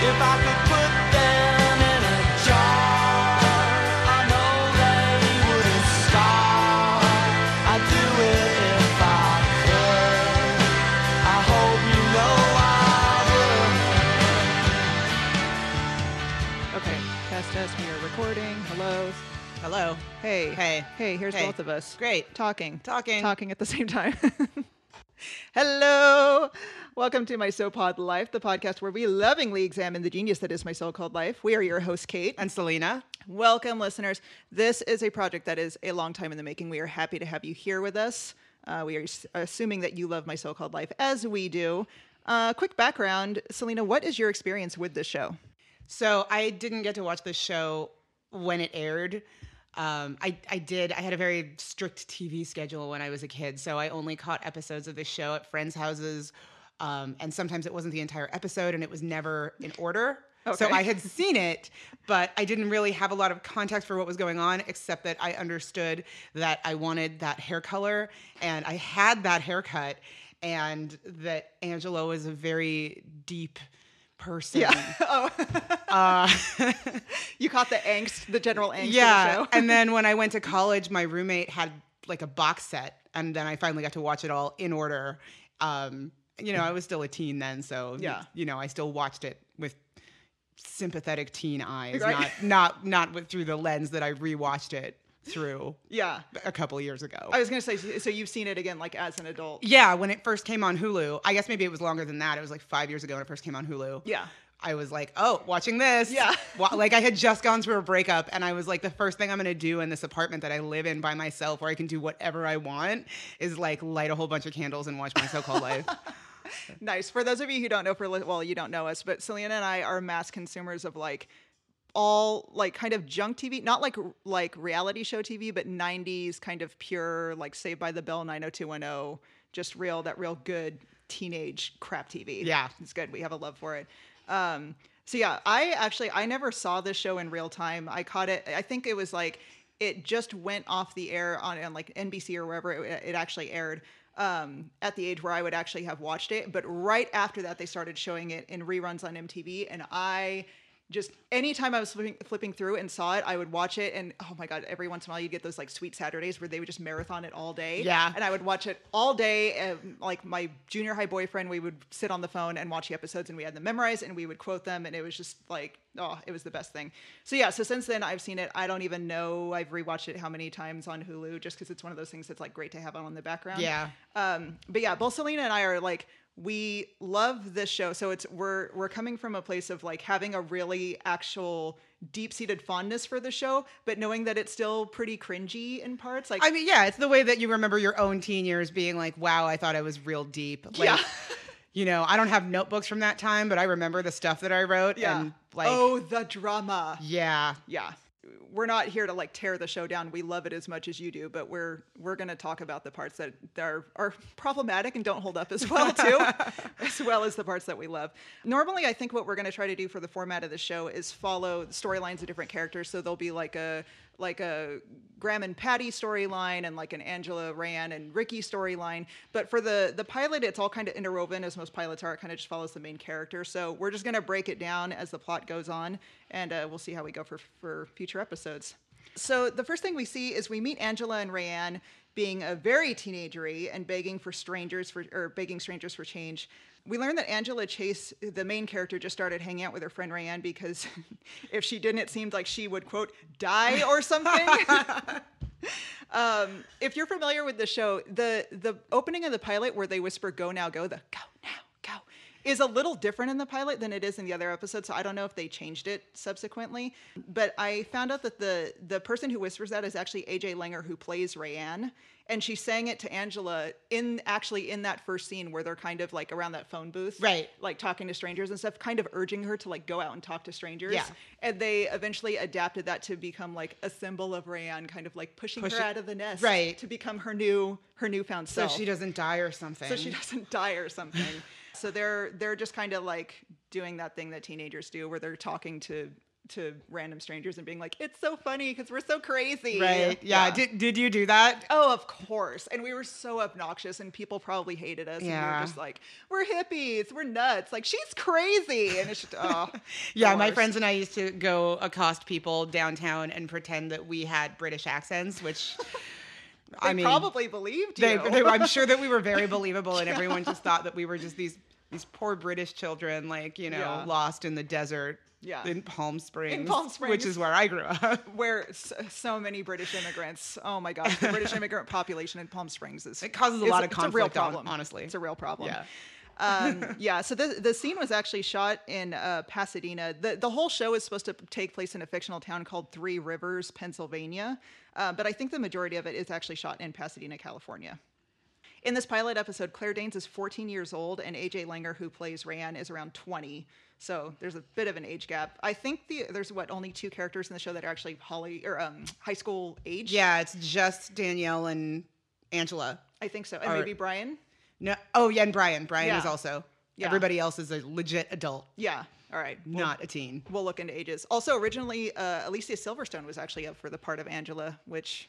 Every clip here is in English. If I could put them in a jar, I know they wouldn't starve. I'd do it if I could. I hope you know I would. Okay, test test. We are recording. Hello. Hello. Hey. Hey. Hey. Here's Hey. both of us. Great. Talking. Talking. Talking at the same time. Hello. Welcome to my So Pod Life, the podcast where we lovingly examine the genius that is my so-called life. We are your host, Kate. And Selena. Welcome, listeners. This is a project that is a long time in the making. We are happy to have you here with us. Uh, we are s- assuming that you love my so-called life as we do. Uh, quick background, Selena. What is your experience with this show? So I didn't get to watch the show when it aired. Um, I, I did. I had a very strict TV schedule when I was a kid. So I only caught episodes of the show at friends' houses. Um, and sometimes it wasn't the entire episode and it was never in order. So Okay. I had seen it, but I didn't really have a lot of context for what was going on, except that I understood that I wanted that hair color and I had that haircut, and that Angela was a very deep person. Yeah. oh. Uh, You caught the angst, the general angst. Of the yeah. show. and then when I went to college, my roommate had like a box set, and then I finally got to watch it all in order. Um, you know, I was still a teen then, so Yeah. you know, I still watched it with sympathetic teen eyes, Right. not not not with, through the lens that I rewatched it through yeah. a couple years ago. I was gonna say, so you've seen it again, like as an adult. yeah, when it first came on Hulu, I guess maybe it was longer than that. It was like five years ago when it first came on Hulu. Yeah. I was like, oh, watching this. Yeah. Wa- like I had just gone through a breakup and I was like, the first thing I'm going to do in this apartment that I live in by myself where I can do whatever I want is like light a whole bunch of candles and watch my so-called life. Nice. For those of you who don't know, for li- well, you don't know us, but Selena and I are mass consumers of like all like kind of junk TV, not like like reality show TV, but '90s kind of pure like Saved by the Bell, 90210, just real that real good teenage crap TV. Yeah. it's good. We have a love for it. Um, so yeah, I actually I never saw this show in real time. I caught it. I think it was like it just went off the air on, on like NBC or wherever it, it actually aired. Um, at the age where I would actually have watched it, but right after that they started showing it in reruns on MTV, and I just anytime I was flipping, flipping through and saw it, I would watch it, and oh my god, every once in a while you get those like sweet Saturdays where they would just marathon it all day. Yeah. and I would watch it all day. And like my junior high boyfriend, we would sit on the phone and watch the episodes, and we had them memorized, and we would quote them, and it was just like, oh, it was the best thing. So yeah, so since then I've seen it. I don't even know I've rewatched it how many times on Hulu, just because it's one of those things that's like great to have on in the background. Yeah. Um, but yeah, both Selena and I are like we love this show. So it's we're we're coming from a place of like having a really actual deep-seated fondness for the show, but knowing that it's still pretty cringy in parts. Like I mean, yeah, it's the way that you remember your own teen years being like, wow, I thought I was real deep. Like, Yeah. you know, I don't have notebooks from that time, but I remember the stuff that I wrote yeah. and like, oh, the drama. yeah. Yeah. We're not here to like tear the show down. We love it as much as you do, but we're we're going to talk about the parts that that are are problematic and don't hold up as well too, as well as the parts that we love. Normally, I think what we're going to try to do for the format of the show is follow the storylines of different characters. So there'll be like a like a Graham and Patty storyline and like an Angela Rand and Ricky storyline. But for the the pilot, it's all kind of interwoven as most pilots are. It kind of just follows the main character. So we're just gonna break it down as the plot goes on, and uh, we'll see how we go for for future episodes. So the first thing we see is we meet Angela and Rayanne being a very teenagery and begging for strangers for or begging strangers for change. We learn that Angela Chase, the main character, just started hanging out with her friend Rayanne because if she didn't, it seemed like she would quote die or something. um, if you're familiar with the show, the the opening of the pilot where they whisper "Go now, go," the "Go now, go" is a little different in the pilot than it is in the other episodes. So I don't know if they changed it subsequently. But I found out that the the person who whispers that is actually AJ Langer, who plays Rayanne, and she sang it to Angela in actually in that first scene where they're kind of like around that phone booth, Right. Like talking to strangers and stuff, kind of urging her to like go out and talk to strangers. Yeah. And they eventually adapted that to become like a symbol of Rayanne, kind of like pushing Push her it- out of the nest Right. to become her new her newfound So self she doesn't die or something. so she doesn't die or something so they're they're just kind of like doing that thing that teenagers do where they're talking to to random strangers and being like, "It's so funny because we're so crazy." Right. Yeah. Did did you do that? Oh, of course. And we were so obnoxious, and people probably hated us. And we Yeah. were just like, we're hippies, we're nuts. Like, she's crazy. And it's just, oh. the Yeah, my worst. friends and I used to go accost people downtown and pretend that we had British accents, which They I mean, probably believed they, you. they, I'm sure that we were very believable, and everyone just thought that we were just these these poor British children, like you know, Yeah. lost in the desert, Yeah. in Palm Springs, which Springs. is where I grew up. Where so, so many British immigrants. Oh my gosh, the British immigrant population in Palm Springs is It causes a is- lot of it's a real conflict, hon- problem. honestly. it's a real problem. Yeah. um, yeah. So the the scene was actually shot in uh, Pasadena. the The whole show is supposed to take place in a fictional town called Three Rivers, Pennsylvania, uh, but I think the majority of it is actually shot in Pasadena, California. In this pilot episode, Claire Danes is 14 years old, and AJ Langer, who plays Ryan, is around 20. So there's a bit of an age gap. I think the there's what only two characters in the show that are actually Holly or um, high school age. Yeah, it's just Danielle and Angela. I think so, and Or- maybe Brian. No, oh yeah, and Brian. Brian is Yeah. also. Yeah. Everybody else is a legit adult, Yeah. All right. Well, not a teen. we'll look into ages. Also, originally uh, Alicia Silverstone was actually up for the part of Angela, which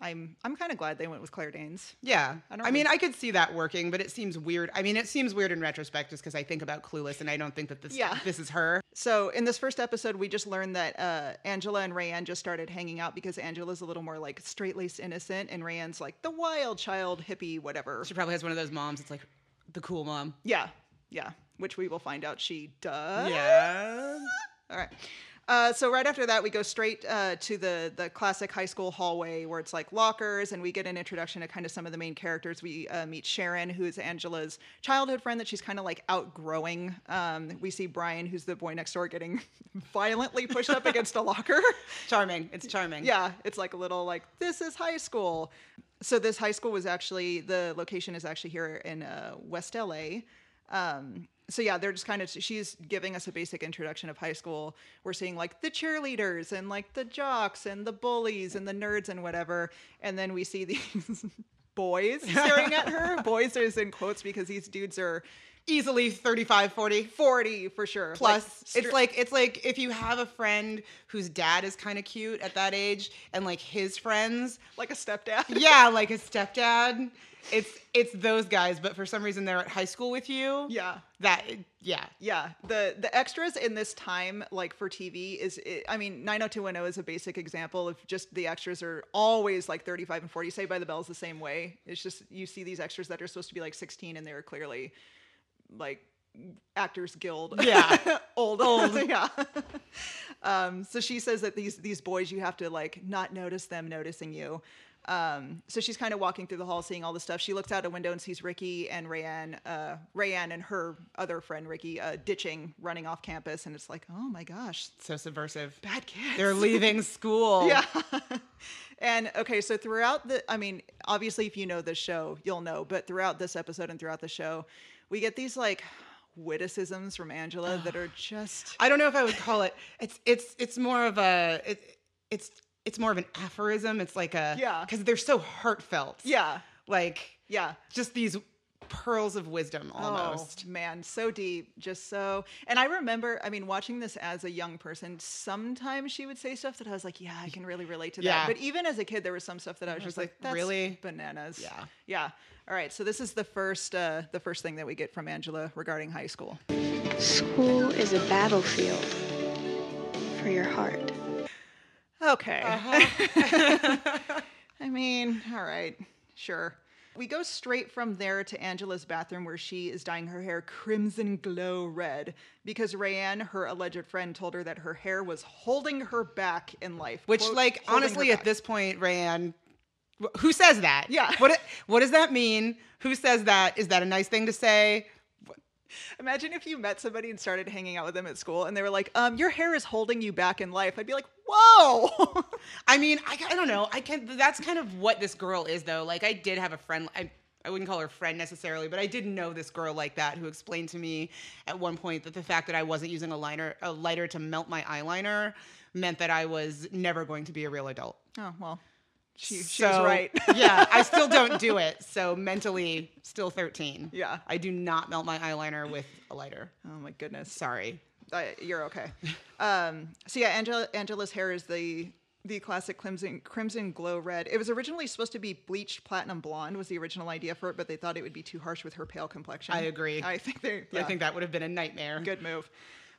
I'm I'm kind of glad they went with Claire Danes. Yeah. I, don't mean, really- I could see that working, but it seems weird. I mean, it seems weird in retrospect just because I think about Clueless and I don't think that this Yeah. this is her. So in this first episode, we just learned that uh, Angela and Rayanne just started hanging out because Angela's a little more like straight laced, innocent, and Rayanne's like the wild child, hippie, whatever. She probably has one of those moms that's like the cool mom. Yeah, yeah. Which we will find out she does. Yeah. All right. Uh, so right after that, we go straight uh, to the the classic high school hallway where it's like lockers, and we get an introduction to kind of some of the main characters. We uh, meet Sharon, who is Angela's childhood friend that she's kind of like outgrowing. Um, we see Brian, who's the boy next door, getting violently pushed up against a locker. Charming. It's charming. Yeah, it's like a little like this is high school. So this high school was actually the location is actually here in uh, West LA. Um, so yeah, they're just kind of she's giving us a basic introduction of high school. We're seeing like the cheerleaders and like the jocks and the bullies and the nerds and whatever, and then we see these boys staring at her. Boys is in quotes because these dudes are Easily 35, 40. forty for sure. Plus, stri- it's like it's like if you have a friend whose dad is kind of cute at that age, and like his friends, like a stepdad. yeah, like his stepdad. It's it's those guys, but for some reason they're at high school with you. yeah. that yeah, yeah the the extras in this time like for tv is it, i mean 90210 is a basic example of just the extras are always like 35 and 40 say by the bells the same way it's just you see these extras that are supposed to be like 16 and they're clearly like actors guild Yeah. old old yeah um so she says that these these boys you have to like not notice them noticing you um so she's kind of walking through the hall seeing all the stuff she looks out a window and sees ricky and rayanne uh rayanne and her other friend ricky uh ditching running off campus and it's like oh my gosh so subversive. bad kids They're leaving school. yeah. and okay, so throughout the, I mean, obviously, if you know the show, you'll know, but throughout this episode and throughout the show, we get these like witticisms from Angela that are just. I don't know if I would call it. It's it's it's more of a it, it's it's more of an aphorism. It's like a Yeah. because they're so heartfelt. Yeah. like Yeah. just these pearls of wisdom almost. Oh, man, so deep, just so. And I remember, I mean, watching this as a young person, sometimes she would say stuff that I was like, yeah, I can really relate to that. Yeah. But even as a kid, there was some stuff that I was, just like, like, That's really? bananas. Yeah. Yeah. All right. So this is the first, uh, the first thing that we get from Angela regarding high school. School is a battlefield for your heart. Okay. Uh-huh. I mean, all right, sure. We go straight from there to Angela's bathroom where she is dyeing her hair crimson glow red because Rayanne, her alleged friend, told her that her hair was holding her back in life. Which, Quote, like, "holding her honestly, at back." this point, Rayanne, wh- who says that? Yeah. What What does that mean? Who says that? Is that a nice thing to say? Imagine if you met somebody and started hanging out with them at school and they were like, um, your hair is holding you back in life. I'd be like, whoa. I mean, I, I don't know. I can. That's kind of what this girl is, though. Like, I did have a friend. I, I wouldn't call her a friend necessarily, but I did know this girl like that who explained to me at one point that the fact that I wasn't using a liner, a lighter to melt my eyeliner, meant that I was never going to be a real adult. oh, well, she, she was So, right. yeah, I still don't do it. So mentally, still thirteen. Yeah. I do not melt my eyeliner with a lighter. oh, my goodness. Sorry. I, you're okay. Um, so yeah, Angela, Angela's hair is the the classic crimson crimson glow red. It was originally supposed to be bleached platinum blonde was the original idea for it, but they thought it would be too harsh with her pale complexion. I agree. I think they. I yeah. think that would have been a nightmare. Good move.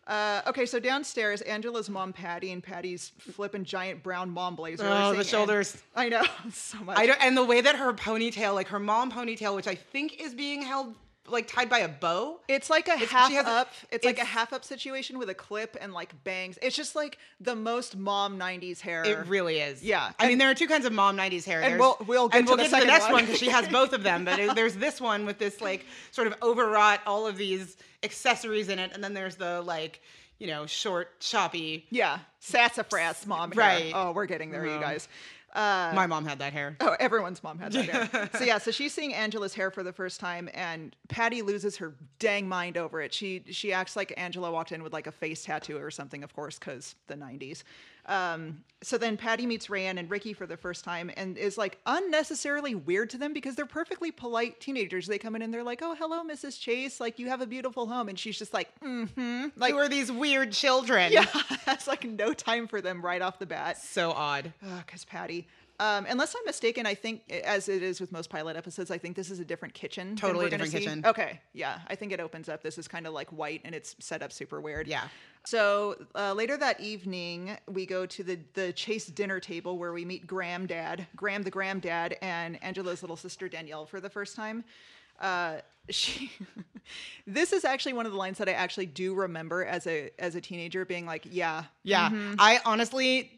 Uh, okay, so downstairs, Angela's mom Patty and Patty's flipping giant brown mom blazer. Oh, are the saying- shoulders. I know so much. I don't, and the way that her ponytail, like her mom ponytail, which I think is being held like tied by a bow. It's like a half she has a- up. it's like a it's- half up situation with a clip and like bangs. It's just like the most mom '90s hair. It really is. Yeah, I mean, and- there are two kinds of mom '90s hair. And There's- we'll- we'll get and to we'll the get to the second next one. one because she has both of them. But it- there's this one with this like sort of overwrought, all of these accessories in it, and then there's the like you know short, choppy. Yeah, sassafras mom. hair. Right. Oh, we're getting there, you Mhm. guys. Uh, My mom had that hair. oh, everyone's mom had that hair. So yeah, so she's seeing Angela's hair for the first time, and Patty loses her dang mind over it. She she acts like Angela walked in with like a face tattoo or something, of course, because the '90s. Um, so then Patty meets Rayanne and Ricky for the first time, and is like unnecessarily weird to them because they're perfectly polite teenagers. They come in and they're like, "Oh, hello, Mrs. Chase. Like you have a beautiful home," and she's just like, "Mm-hmm." Like Who are these weird children? yeah, that's like no time for them right off the bat So odd. because Ah, Patty. Um, unless I'm mistaken, I think, as it is with most pilot episodes, I think this is a different kitchen. than Totally we're gonna different see. kitchen. Okay, yeah, I think it opens up. This is kind of like white, and it's set up super weird. Yeah. So uh, later that evening, we go to the the Chase dinner table where we meet Graham Dad, Graham the Graham Dad, and Angela's little sister Danielle for the first time. Uh, she, this is actually one of the lines that I actually do remember as a as a teenager being like, yeah, Yeah. I honestly,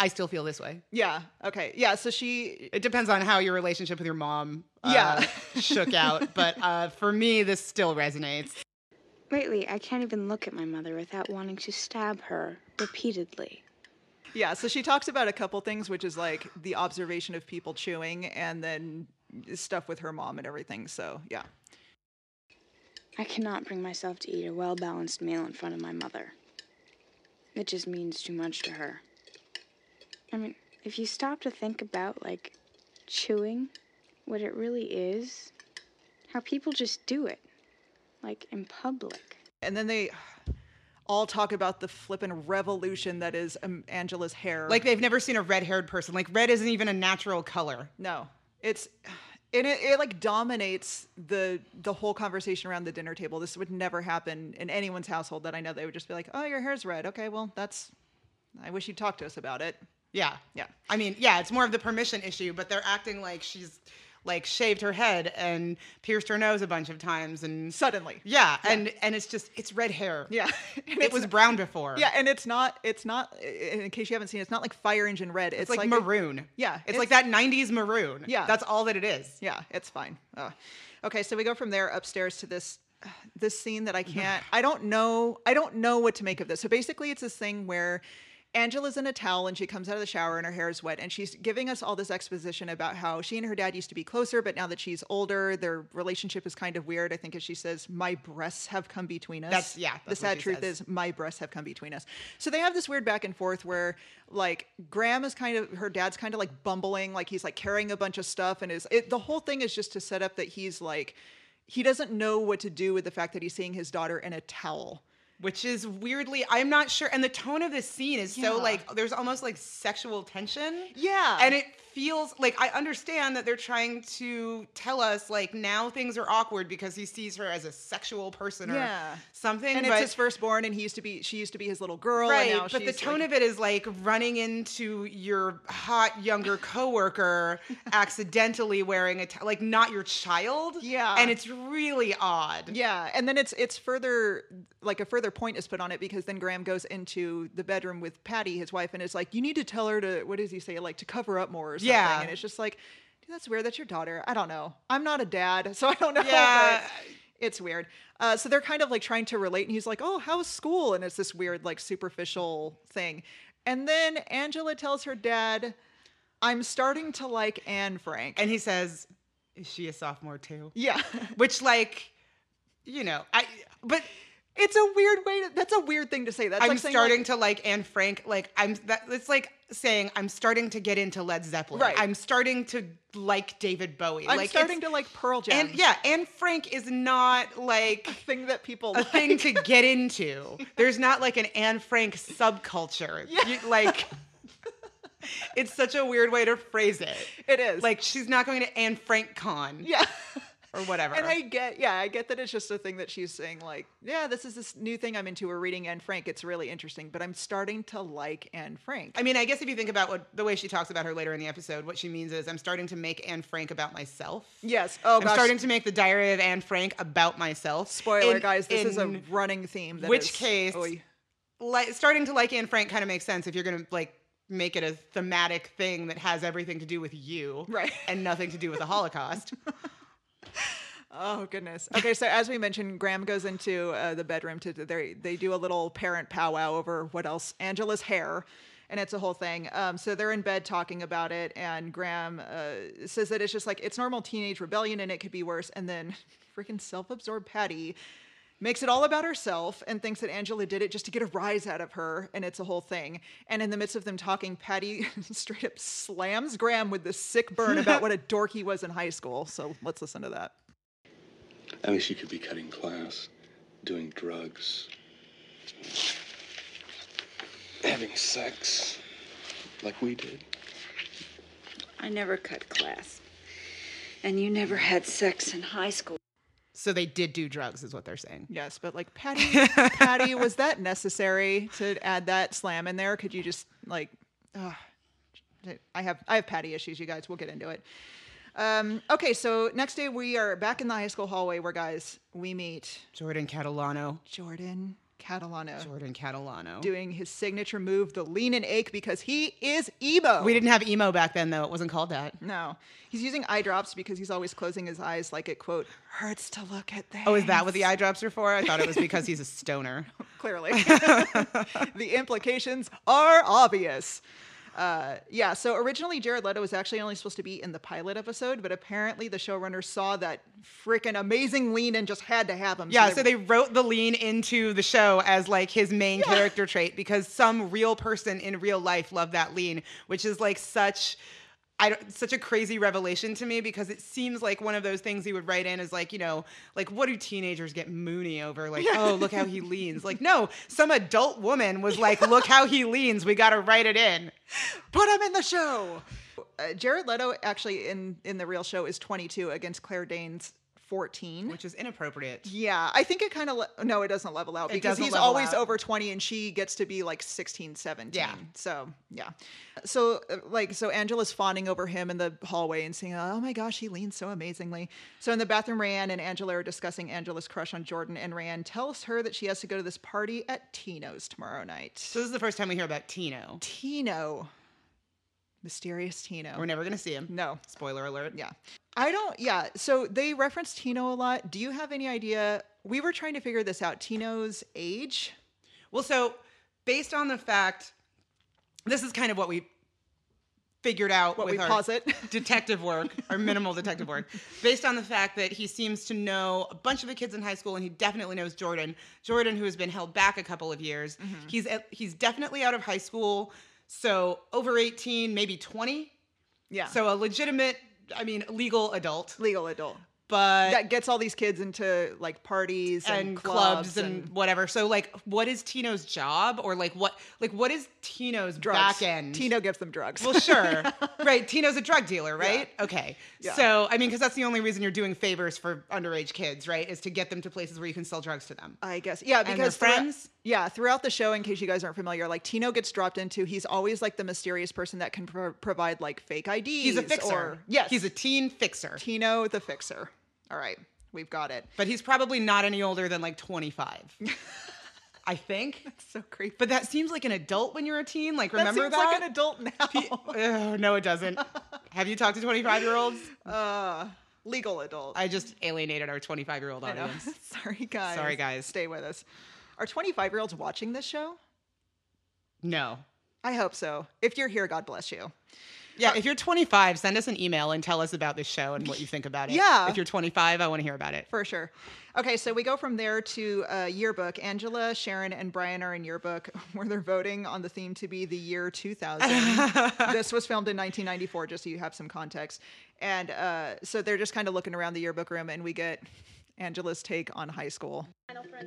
I still feel this way. yeah, okay, yeah. So she It depends on how your relationship with your mom uh, Yeah. shook out. But uh, for me, this still resonates. Lately, I can't even look at my mother without wanting to stab her repeatedly. Yeah, so she talks about a couple things, which is like the observation of people chewing and then stuff with her mom and everything. So, yeah. I cannot bring myself to eat a well balanced meal in front of my mother. It just means too much to her. I mean, if you stop to think about, like, chewing, what it really is, how people just do it, like in public. And then they all talk about the flippin' revolution that is um, Angela's hair. Like they've never seen a red-haired person. Like red isn't even a natural color. no, it's. And it, it like dominates the the whole conversation around the dinner table. This would never happen in anyone's household that I know. They would just be like, "Oh, your hair's red. Okay, well, that's. I wish you'd talk to us about it." Yeah. Yeah. I mean, yeah, it's more of the permission issue, but they're acting like she's like shaved her head and pierced her nose a bunch of times and Suddenly, yeah, and and it's just it's red hair. yeah. And It was brown before. Yeah, and it's not it's not in case you haven't seen it, it's not like fire engine red. It's, It's, like, maroon. yeah, It's, like that 90s maroon. Yeah. That's all that it is. Yeah, it's fine. Ugh. Okay, so we go from there upstairs to this this scene that I can't I don't know I don't know what to make of this. So basically it's this thing where Angela's in a towel and she comes out of the shower and her hair is wet and she's giving us all this exposition about how she and her dad used to be closer but now that she's older their relationship is kind of weird. I think as she says my breasts have come between us. That's- yeah, the that's what sad she truth says. is my breasts have come between us. So they have this weird back and forth where like Graham is kind of her dad's kind of like bumbling, like he's like carrying a bunch of stuff and is it the whole thing is just to set up that he's like he doesn't know what to do with the fact that he's seeing his daughter in a towel. Which is weirdly, I'm not sure. And the tone of this scene is so Yeah. like there's almost like sexual tension. Yeah. And it feels like I understand that they're trying to tell us like now things are awkward because he sees her as a sexual person or Yeah. something. And but, it's his firstborn and he used to be she used to be his little girl right, and now but the she's, tone like- of it is like running into your hot younger coworker accidentally wearing a t- like not your child. Yeah. and it's really odd. Yeah, and then it's it's further like a further point is put on it because then Graham goes into the bedroom with Patty, his wife, and it's like you need to tell her to what does he say like to cover up more or something. Yeah. and it's just like dude, that's weird. That's your daughter. I don't know. I'm not a dad, so I don't know. Yeah. but it's weird. Uh, so they're kind of like trying to relate, and he's like, "Oh, how's school?" And it's this weird like superficial thing, and then Angela tells her dad, "I'm starting to like Anne Frank." And he says, "Is she a sophomore too?" yeah. Which like, you know, I but It's a weird way to. That's a weird thing to say. That's I'm like saying, like- starting to like Anne Frank. Like I'm. That, it's like saying I'm starting to get into Led Zeppelin. Right. I'm starting to like David Bowie. I'm like it's- starting to like Pearl Jam. And yeah, Anne Frank is not like thing that people a like. thing to get into. There's not like an Anne Frank subculture. Yeah. You- like it's such a weird way to phrase it. It is Like she's not going to Anne Frank con yeah. or whatever. And I get, yeah, I get that it's just a thing that she's saying, like, yeah, this is this new thing I'm into. We're reading Anne Frank. It's really interesting, but I'm starting to like Anne Frank. I mean, I guess if you think about what the way she talks about her later in the episode, what she means is I'm starting to make Anne Frank about myself. yes. Oh, I'm gosh. starting to make the Diary of Anne Frank about myself. Spoiler, In- guys, this is a in- running theme. that which is- case- oy. like starting to like Anne Frank kind of makes sense if you're gonna like make it a thematic thing that has everything to do with you, Right. and nothing to do with the Holocaust. Oh goodness. Okay, so as we mentioned, Graham goes into uh, the bedroom to they they do a little parent powwow over what else Angela's hair, and it's a whole thing. Um, so they're in bed talking about it, and Graham uh, says that it's just like it's normal teenage rebellion, and it could be worse. And then freaking self-absorbed Patty makes it all about herself and thinks that Angela did it just to get a rise out of her, and it's a whole thing. And in the midst of them talking, Patty straight up slams Graham with this sick burn about what a dork he was in high school. So let's listen to that. I mean, she could be cutting class, doing drugs, having sex, like we did. I never cut class. And you never had sex in high school. so they did do drugs, is what they're saying. Yes, but like Patty, Patty, was that necessary to add that slam in there? Could you just like, ugh. I have I have Patty issues, you guys. We'll get into it. Um, okay, so next day we are back in the high school hallway where guys we meet Jordan Catalano, Jordan Catalano Jordan Catalano. doing his signature move, the lean and ache, because he is Ebo. we didn't have emo back then, though. It wasn't called that. no, he's using eye drops because he's always closing his eyes, like it quote hurts to look at things. Oh, is that what the eye drops are for? I thought it was because he's a stoner. clearly. the implications are obvious. Uh, yeah, so originally Jared Leto was actually only supposed to be in the pilot episode, but apparently the showrunner saw that freaking amazing lean and just had to have him. Yeah, so they wrote the lean into the show as like his main character trait because some real person in real life loved that lean, which is like such I don't, such a crazy revelation to me because it seems like one of those things he would write in is like, you know, like what do teenagers get moony over? Like, oh, look how he leans. Like, no, some adult woman was like, look how he leans. We got to write it in. put him in the show. Uh, Jared Leto actually in in the real show is 22 against Claire Danes 14. Which is inappropriate. yeah, I think it kind of le- no, it doesn't level out It because doesn't he's level always out. over 20 and she gets to be like 16, 17. Yeah. So, yeah. So uh, like so Angela's fawning over him in the hallway and saying, "Oh my gosh, he leans so amazingly." So in the bathroom Rayanne and Angela are discussing Angela's crush on Jordan and Rayanne tells her that she has to go to this party at Tino's tomorrow night. So this is the first time we hear about Tino. Tino. Mysterious Tino. We're never going to see him. no. Spoiler alert. Yeah. I don't, yeah. So they reference Tino a lot. Do you have any idea? We were trying to figure this out. Tino's age? Well, so based on the fact, this is kind of what we figured out What with we our posit? detective work, our minimal detective work, based on the fact that he seems to know a bunch of the kids in high school, and he definitely knows Jordan. Jordan, who has been held back a couple of years, Mm-hmm. he's at, he's definitely out of high school, so over eighteen, maybe twenty, Yeah. So so a legitimate. I mean, legal adult, legal adult. but That gets all these kids into like parties and, Uh, and clubs and, whatever. So like, what is Tino's job, or like what like what is Tino's drugs. back end? Tino gives them drugs. Well, sure, right. Tino's a drug dealer, right? Okay. Yeah. So I mean, because that's the only reason you're doing favors for underage kids, right? Is to get them to places where you can sell drugs to them. I guess. Yeah, their because throughout- friends? yeah, throughout the show, in case you guys aren't familiar, like Tino gets dropped into. He's always like the mysterious person that can pro- provide like fake IDs. He's a fixer. Or, yes, He's a teen fixer, Tino the fixer. All right, we've got it. but he's probably not any older than like 25. I think. So creepy. But that seems like an adult when you're a teen. Like remember seems like an adult now. Ugh, no, it doesn't. Have you talked to 25 year olds? Legal adult. I just alienated our 25 year old I know. audience. Sorry, guys. Sorry, guys. Stay with us. Are 25 year olds watching this show? No. I hope so. If you're here, God bless you. Yeah, if you're 25, send us an email and tell us about this show and what you think about it. Yeah. If you're 25, I want to hear about it. For sure. Okay, so we go from there to uh, yearbook. Angela, Sharon, and Brian are in yearbook, where they're voting on the theme to be the year 2000. this was filmed in 1994, just so you have some context. And uh, so they're just kind of looking around the yearbook room, and we get Angela's take on high school.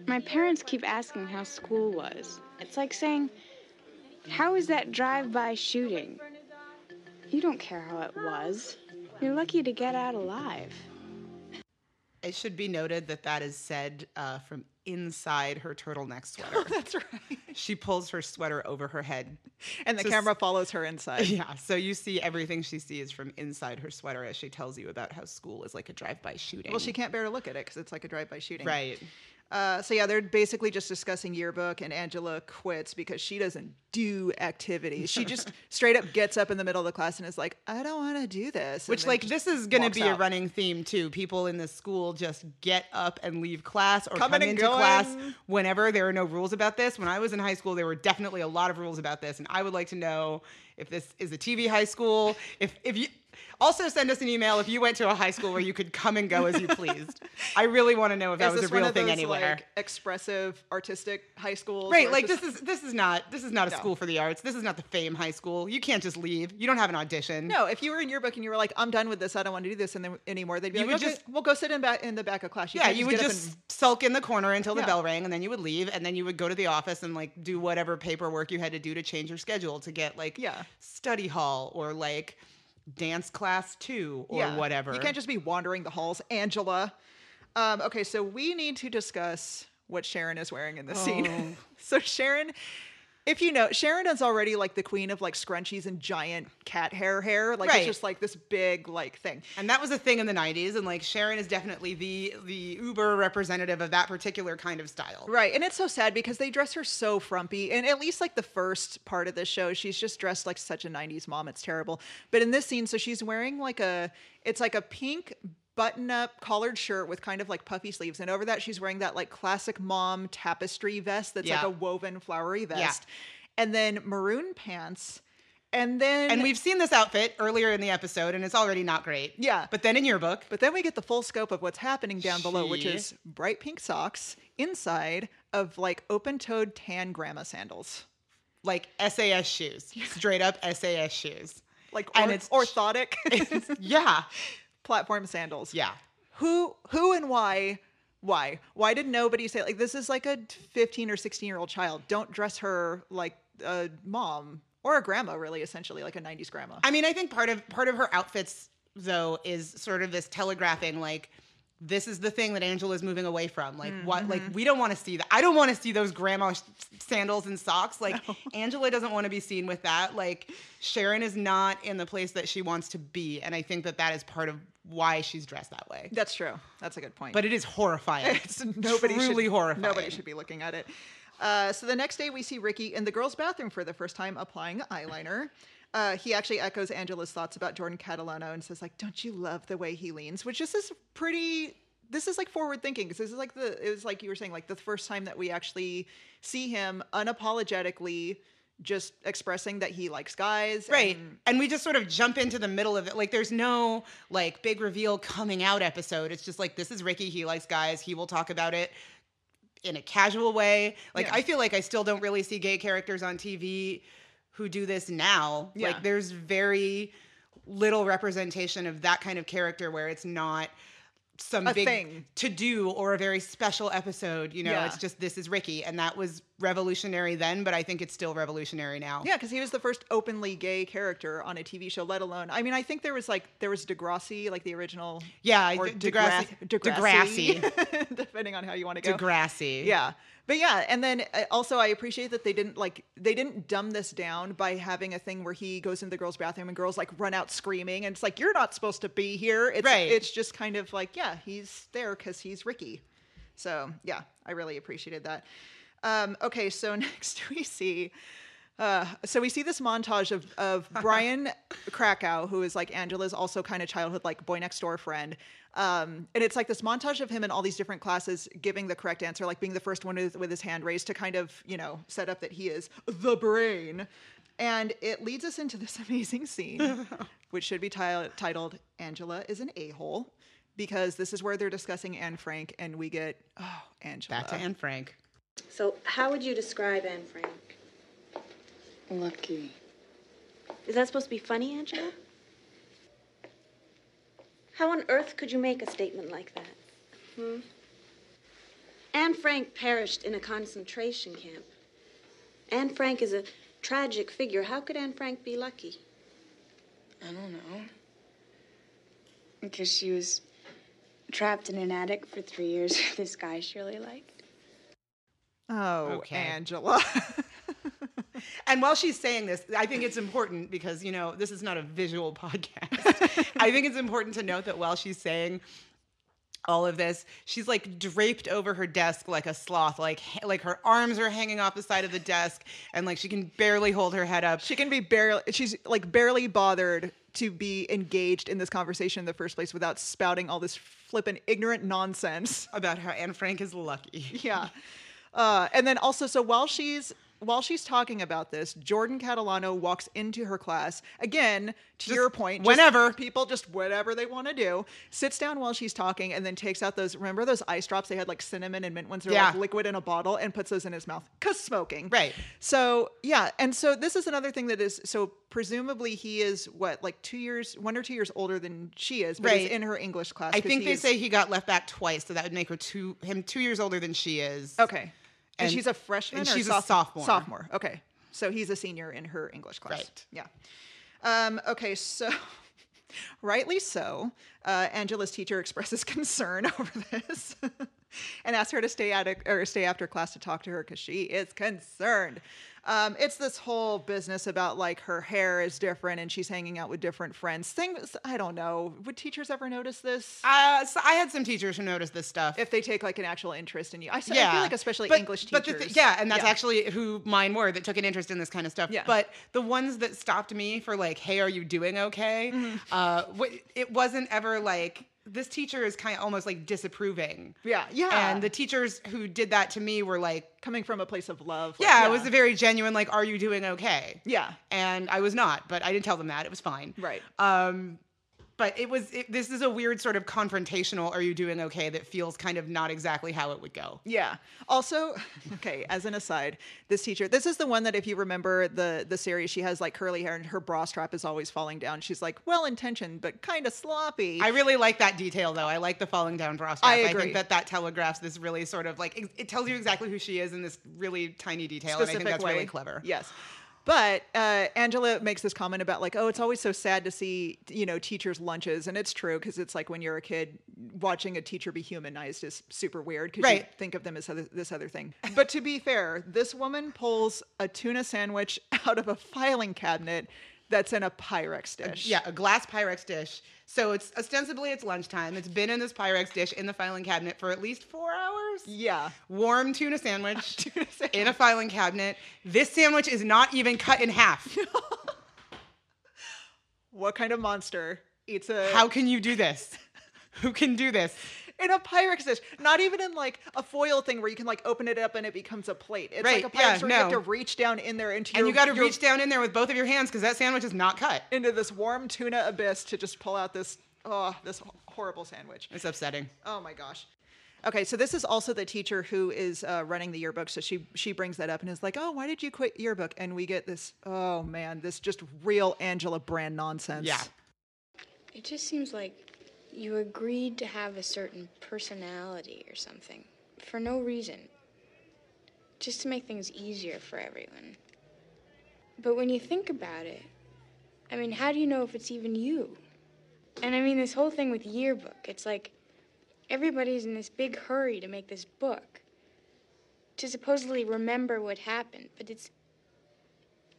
My parents keep asking how school was. It's like saying, How is that drive by shooting? You don't care how it was. You're lucky to get out alive. It should be noted that that is said uh, from inside her turtleneck sweater. That's right. she pulls her sweater over her head. And the So s- camera follows her inside. Yeah, so you see everything she sees from inside her sweater as she tells you about how school is like a drive-by shooting. Well, she can't bear to look at it because it's like a drive-by shooting. right. Uh, so yeah, they're basically just discussing yearbook, and Angela quits because she doesn't do activities. She just straight up gets up in the middle of the class and is like, "I don't want to do this." and Which, then like, just this is going to walks be a out. running theme too. People in the school just get up and leave class or Come come, in and into go class in. whenever there are no rules about this. When I was in high school, there were definitely a lot of rules about this, and I would like to know if this is a TV high school. If if you also send us an email if you went to a high school where you could come and go as you pleased. I really want to know if that Is was this a one real of thing those, anywhere. Like, expressive, artistic high schools. Right, where like just- this is this is not this is not a No. school for the arts. This is not the Fame High School. You can't just leave. You don't have an audition. No, if you were in yearbook and you were like, "I'm done with this. I don't want to do this any- anymore," they'd be You like, would "Okay, just- we'll go sit in back in the back of class." Yeah, can't you would get up just and- sulk in the corner until the Yeah. bell rang, and then you would leave, and then you would go to the office and like do whatever paperwork you had to do to change your schedule to get like Yeah. study hall or like dance class two or Yeah. whatever. You can't just be wandering the halls, Angela. Um, okay, so we need to discuss what Sharon is wearing in this scene. Oh. so Sharon, if you know, Sharon is already like the queen of like scrunchies and giant cat hair hair. Like Right. it's just like this big like thing. and that was a thing in the '90s, and like Sharon is definitely the the uber representative of that particular kind of style. Right. And it's so sad because they dress her so frumpy. And at least like the first part of the show, she's just dressed like such a 90s mom. It's terrible. But in this scene, so she's wearing like a, it's like a pink button up collared shirt with kind of like puffy sleeves. And over that, she's wearing that like classic mom tapestry vest that's like Yeah. a woven flowery vest. And then maroon pants. And then, And we've seen this outfit earlier in the episode, and it's already not great. Yeah. But then in your book, But then we get the full scope of what's happening down below, which She- is bright pink socks inside of like open toed tan grandma sandals. like SAS shoes, straight up SAS shoes. like And or- it's- orthotic Yeah. platform sandals. Yeah. Who who and why why why did nobody say like this is like a 15 or 16 year old child? Don't dress her like a mom or a grandma really essentially like a 90s grandma. I mean, I think part of part of her outfits though is sort of this telegraphing like this is the thing that Angela's moving away from. Like what like we don't want to see that. I don't want to see those grandma s- sandals and socks. Like Angela doesn't want to be seen with that. Like Sharon is not in the place that she wants to be and I think that that is part of why she's dressed that way. That's true. That's a good point. But it is horrifying. it's nobody truly should, horrifying. Nobody should be looking at it. Uh, so the next day, we see Ricky in the girls' bathroom for the first time applying eyeliner. Uh, he actually echoes Angela's thoughts about Jordan Catalano and says, like, "Don't you love the way he leans?" Which this is pretty. This is like forward thinking 'cause this is like the it was like you were saying like the first time that we actually see him unapologetically just expressing that he likes guys. Right. and- And we just sort of jump into the middle of it. Like there's no like big reveal coming out episode. It's just like this is Ricky, he likes guys, he will talk about it in a casual way. Like Yeah. I feel like I still don't really see gay characters on TV who do this now. Yeah. Like there's very little representation of that kind of character where it's not some A big thing. to do or a very special episode, you know, Yeah. it's just this is Ricky and that was revolutionary then, but I think it's still revolutionary now. Yeah, because he was the first openly gay character on a TV show, let alone. I mean, I think there was like there was Degrassi, like the original. Yeah, or De- Degrassi- Degrassi, depending on how you want to go. Degrassi. Yeah, but yeah, and then uh, also I appreciate that they didn't like they didn't dumb this down by having a thing where he goes into the girls' bathroom and girls like run out screaming, and it's like you're not supposed to be here. It's Right. it's just kind of like yeah, he's there because he's Ricky. So yeah, I really appreciated that. Um, okay, so next we see. Uh, so we see this montage of, of Brian Krakow, who is like Angela's also kind of childhood like boy next door friend. Um, and it's like this montage of him in all these different classes giving the correct answer, like being the first one with, with his hand raised to kind of, you know, set up that he is the brain. And it leads us into this amazing scene, which should be ti- titled Angela is an a hole, because this is where they're discussing Anne Frank, and we get, oh, Angela. Back to Anne Frank. So, how would you describe Anne Frank? Lucky. Is that supposed to be funny, Angela? How on earth could you make a statement like that? Hmm? Anne Frank perished in a concentration camp. Anne Frank is a tragic figure. How could Anne Frank be lucky? I don't know. Because she was trapped in an attic for three years with this guy she really liked. Oh, Okay. Angela. And while she's saying this, I think it's important because, you know, this is not a visual podcast. I think it's important to note that while she's saying all of this, she's like draped over her desk like a sloth, like ha- like her arms are hanging off the side of the desk and like she can barely hold her head up. she can be barely, she's like barely bothered to be engaged in this conversation in the first place without spouting all this flippin' ignorant nonsense. about how Anne Frank is lucky. yeah. Uh, and then also, so while she's while she's talking about this, Jordan Catalano walks into her class again. To your point, just whenever. people just whatever they want to do, sits down while she's talking, and then takes out those remember those ice drops they had like cinnamon and mint ones. They're like Yeah. liquid in a bottle and puts those in his mouth because smoking. Right. So yeah, and so this is another thing that is so presumably he is what like two years, one or two years older than she is, but Right. is in her English class. I 'cause think he they is- say he got left back twice, so that would make her two him two years older than she is. Okay. And, And- she's a freshman and or she's a soph- sophomore. Sophomore. Okay. So he's a senior in her English class. Right. Yeah. Um, okay, so rightly so, uh, Angela's teacher expresses concern over this and asks her to stay at or stay after class to talk to her because she is concerned. Um, it's this whole business about like her hair is different and she's hanging out with different friends. Things I don't know. Would teachers ever notice this? Uh, so I had some teachers who noticed this stuff. if they take like an actual interest in you, I, s- I yeah, feel like especially But- English but teachers. the thi- yeah, and that's Yeah. actually who mine were that took an interest in this kind of stuff. Yeah. But the ones that stopped me for like, "Hey, are you doing okay?" Mm-hmm. Uh, wh- it wasn't ever like this teacher is kind of almost like disapproving. Yeah, yeah. And the teachers who did that to me were like, coming from a place of love. like, "Yeah, it was a very genuine like, are you doing okay?" yeah, and I was not, but I didn't tell them that. It was fine. right. Um, but it was. It, this is a weird sort of confrontational. Are you doing okay? That feels kind of not exactly how it would go. yeah. Also, okay. As an aside, this teacher, this is the one that if you remember the the series, she has like curly hair and her bra strap is always falling down. She's like well intentioned but kind of sloppy. I really like that detail, though. I like the falling down bra strap. I agree. think that that telegraphs this really sort of like ex- it tells you exactly who she is in this really tiny detail, and I think that's really clever. Yes. But uh, Angela makes this comment about like, oh, it's always so sad to see you know teachers' lunches, and it's true because it's like when you're a kid, watching a teacher be humanized is super weird because you Right. think of them as other, this other thing. But to be fair, this woman pulls a tuna sandwich out of a filing cabinet that's in a Pyrex dish. Yeah, a glass Pyrex dish. So it's ostensibly it's lunchtime. It's been in this Pyrex dish in the filing cabinet for at least four hours. yeah. warm tuna sandwich, Tuna sandwich. in a filing cabinet. This sandwich is not even cut in half. What kind of monster eats a How can you do this? Who can do this? in a Pyrex dish? Not even in like a foil thing where you can like open it up and it becomes a plate. It's Right, like a Pyrex yeah, where you have to no. reach down in there into And your you got to your reach down in there with both of your hands because that sandwich is not cut. into this warm tuna abyss to just pull out this oh this horrible sandwich. It's upsetting. Oh my gosh. Okay, so this is also the teacher who is uh, running the yearbook. So she she brings that up and is like, "Oh, why did you quit yearbook?" And we get this. Oh man, this just real Angela Brand nonsense. Yeah. It just seems like you agreed to have a certain personality or something for no reason, just to make things easier for everyone. But when you think about it, I mean, how do you know if it's even you? And I mean, this whole thing with yearbook, it's like everybody's in this big hurry to make this book to supposedly remember what happened, but it's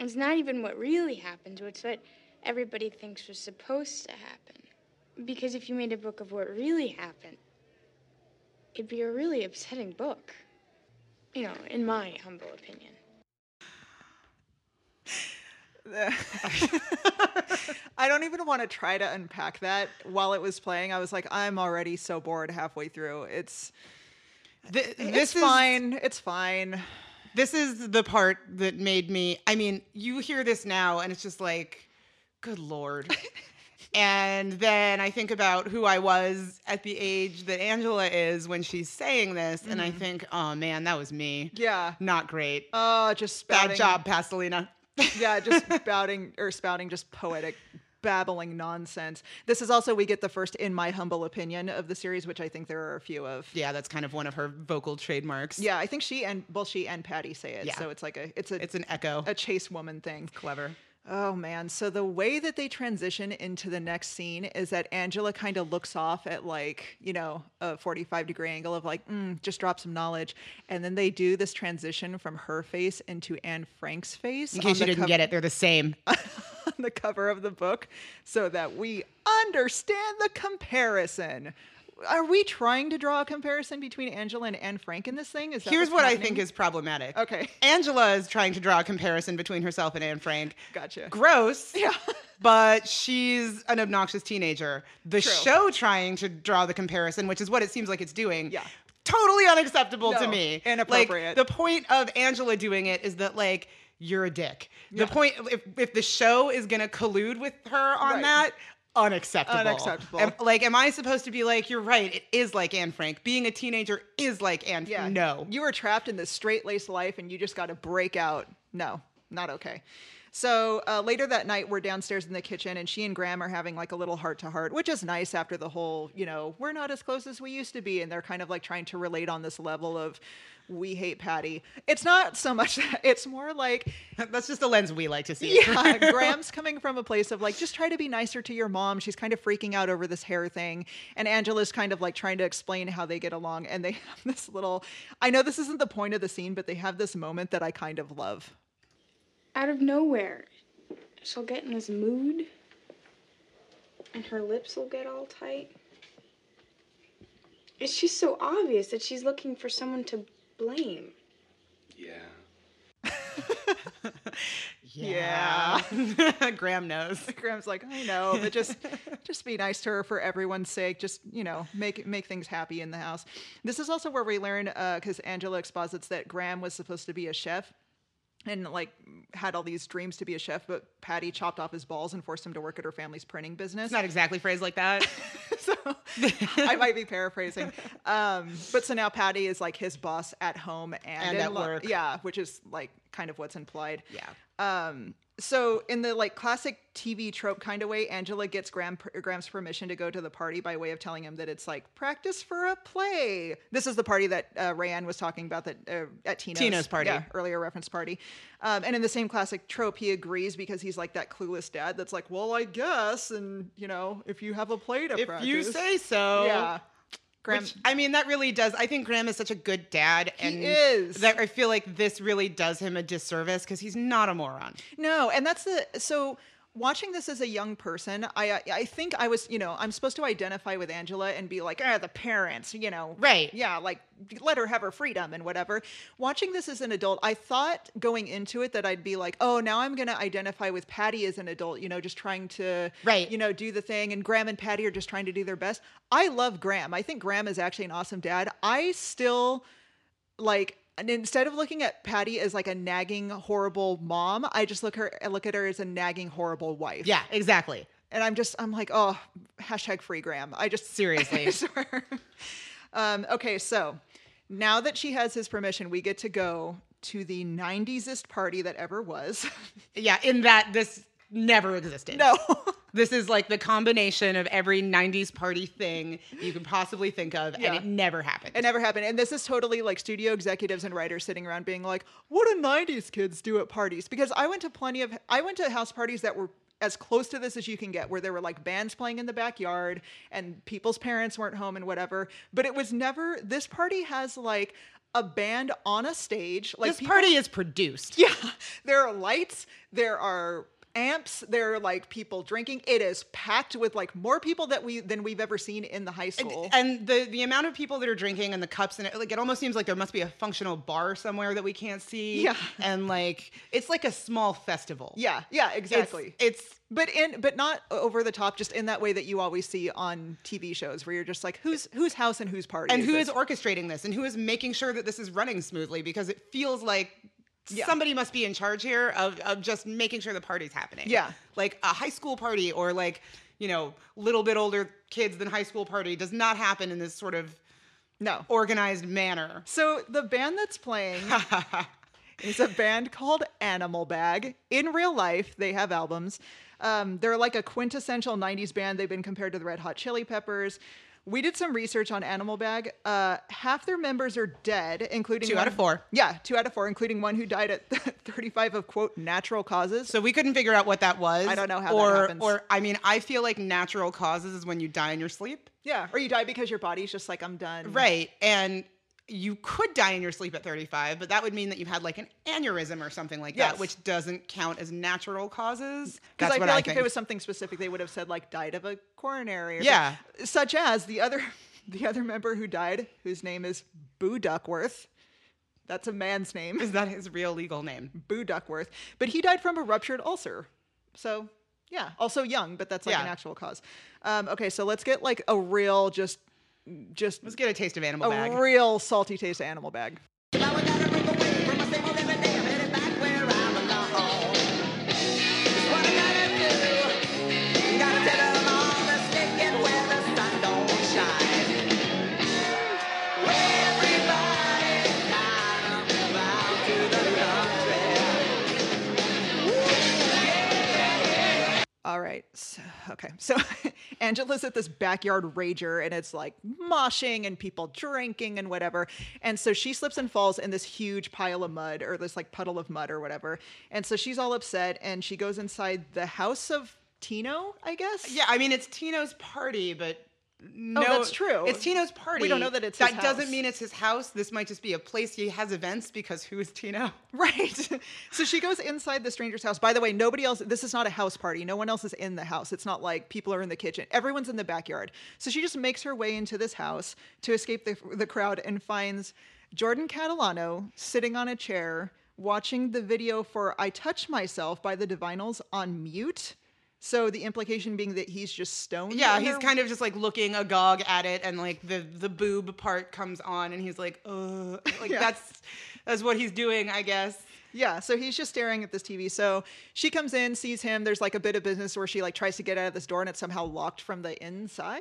it's not even what really happened, it's what everybody thinks was supposed to happen. Because if you made a book of what really happened, it'd be a really upsetting book. You know, in my humble opinion. I don't even want to try to unpack that. While it was playing, I was like, "I'm already so bored halfway through." It's Th- it's is- fine. It's fine. This is the part that made me. I mean, you hear this now, and it's just like, good lord. and then I think about who I was at the age that Angela is when she's saying this, and I think, oh man, that was me. Mm-hmm. Yeah. Not great. Oh, just spouting. Bad job, Pasolina. yeah, just spouting or spouting just poetic babbling nonsense. This is also we get the first in my humble opinion of the series, which I think there are a few of. yeah, that's kind of one of her vocal trademarks. Yeah, I think she and well she and Patty say it. Yeah. So it's like a it's a It's an echo. a chase woman thing. Clever. Oh man. So the way that they transition into the next scene is that Angela kind of looks off at like, you know, a 45 degree angle of like, mm, just drop some knowledge. And then they do this transition from her face into Anne Frank's face. In case you didn't get it, they're the same. on the cover of the book so that we understand the comparison. Are we trying to draw a comparison between Angela and Anne Frank in this thing? Is that Here's what's what I happening? think is problematic. Okay. Angela is trying to draw a comparison between herself and Anne Frank. Gotcha. Gross. Yeah. But she's an obnoxious teenager. The True. show trying to draw the comparison, which is what it seems like it's doing. Yeah. Totally unacceptable to No, me. inappropriate. Like the point of Angela doing it is that like you're a dick. The point if if the show is gonna collude with her on Right. that, unacceptable. Unacceptable. Am- like, am I supposed to be like, you're right, it is like Anne Frank. Being a teenager is like Anne Yeah. No. You were trapped in this straight laced life and you just got to break out. No, not okay. So uh, later that night, we're downstairs in the kitchen and she and Graham are having like a little heart to heart, which is nice after the whole, you know, we're not as close as we used to be. And they're kind of like trying to relate on this level of we hate Patty. It's not so much that, it's more like, That's just the lens we like to see. it through. yeah, Graham's coming from a place of like, just try to be nicer to your mom. She's kind of freaking out over this hair thing. And Angela's kind of like trying to explain how they get along. And they have this little, I know this isn't the point of the scene, but they have this moment that I kind of love. Out of nowhere, she'll get in this mood, and her lips will get all tight. It's just so obvious that she's looking for someone to blame. Yeah. Yeah. Graham knows. Graham's like, I know, but just just be nice to her for everyone's sake. Just you know, make make things happy in the house. This is also where we learn because Angela exposits that Graham was supposed to be a chef and like had all these dreams to be a chef, but Patty chopped off his balls and forced him to work at her family's printing business. It's not exactly phrased like that. so I might be paraphrasing, um, but so now Patty is like his boss at home and, And in at lo- work. Yeah, which is like kind of what's implied yeah. so in the like classic TV trope kind of way, Angela gets Graham, Graham's permission to go to the party by way of telling him that it's like practice for a play. This is the party that uh, Rayanne was talking about that uh, at Tino's, Tino's party. yeah, earlier reference party. Um, and in the same classic trope, he agrees because he's like that clueless dad that's like, well, I guess, and you know, if you have a play to If practice, you say so. yeah. Graham, Which, I mean, that really does. I think Graham is such a good dad, and is. that I feel like this really does him a disservice because he's not a moron. No, and that's the so watching this as a young person, I I- I think I was, you know, I'm supposed to identify with Angela and be like, ah, the parents, you know. Right. Yeah, like let her have her freedom and whatever. Watching this as an adult, I thought going into it that I'd be like, oh, now I'm going to identify with Patty as an adult, you know, just trying to Right. you know, do the thing and Graham and Patty are just trying to do their best. I love Graham. I think Graham is actually an awesome dad. I still like and instead of looking at Patty as like a nagging horrible mom, I just look her I look at her as a nagging horrible wife. Yeah, exactly. and I'm just I'm like oh hashtag free Graham. I just Seriously. I swear. um, okay, so now that she has his permission, we get to go to the 90s-ist party that ever was. Yeah, in that this never existed. no. This is like the combination of every 90s party thing you can possibly think of, Yeah. and it never happened. It never happened. And uh, this is totally like studio executives and writers sitting around being like, what do 90s kids do at parties? Because I went to plenty of, I went to house parties that were as close to this as you can get, where there were like bands playing in the backyard and people's parents weren't home and whatever. But it was never, this party has like a band on a stage. Like this party is produced. yeah, there are lights. There are amps. There are like people drinking. It is packed with like more people that we than we've ever seen in the high school. And the the amount of people that are drinking and the cups and it, like it almost seems like there must be a functional bar somewhere that we can't see. Yeah. and like it's like a small festival. yeah, yeah, It's- exactly. It's, but in but not over the top, just in that way that you always see on TV shows, where you're just like, who's whose house and whose party, and who is this? orchestrating this and who is making sure that this is running smoothly because it feels like Yeah. somebody must be in charge here of of just making sure the party's happening. Yeah. like a high school party or like you know little bit older kids than high school party does not happen in this sort of no. organized manner. So the band that's playing is a band called Animal Bag. In real life, they have albums. Um, they're like a quintessential '90s band. They've been compared to the Red Hot Chili Peppers. We did some research on Animal Bag. Uh, half their members are dead, including Two out one- of four. Yeah, two out of four, including one who died at 35 of quote natural causes. So we couldn't figure out what that was. I don't know how that or, happens. Or I mean, I feel like natural causes is when you die in your sleep, yeah, or you die because your body's just like I'm done. right? And you could die in your sleep at 35, but that would mean that you had like an aneurysm or something like Yes. that, which doesn't count as natural causes. Because That's I feel what like think. if it was something specific, they would have said like died of a coronary. Or Yeah. something. Such as the other the other member who died, whose name is Boo Duckworth. That's a man's name, is that his real legal name? Boo Duckworth. But he died from a ruptured ulcer. So yeah, also young, but that's like an Yeah. actual cause. Um, okay, so let's get like a real just just Let's get a taste of animal a bag. real salty taste of animal bag. All right. So, okay. So Angela's at this backyard rager and it's like moshing and people drinking and whatever. And so she slips and falls in this huge pile of mud or this like puddle of mud or whatever. And so she's all upset and she goes inside the house of Tino, I guess. Yeah, I mean it's Tino's party, but no, Oh, that's true. It's Tino's party. We don't know that it's that his house. doesn't mean it's his house. This might just be a place he has events because who is Tino? Right. So she goes inside the stranger's house. By the way, nobody else, this is not a house party. No one else is in the house. It's not like people are in the kitchen. Everyone's in the backyard. So she just makes her way into this house to escape the, the crowd and finds Jordan Catalano sitting on a chair watching the video for I Touch Myself by the Divinals on mute. So the implication being that he's just stoned. Yeah, and he's they're- kind of just like looking agog at it, and like the the boob part comes on, and he's like, uh, like Yeah. that's that's what he's doing, I guess. Yeah, so he's just staring at this TV. So she comes in, sees him. There's like a bit of business where she like tries to get out of this door and it's somehow locked from the inside.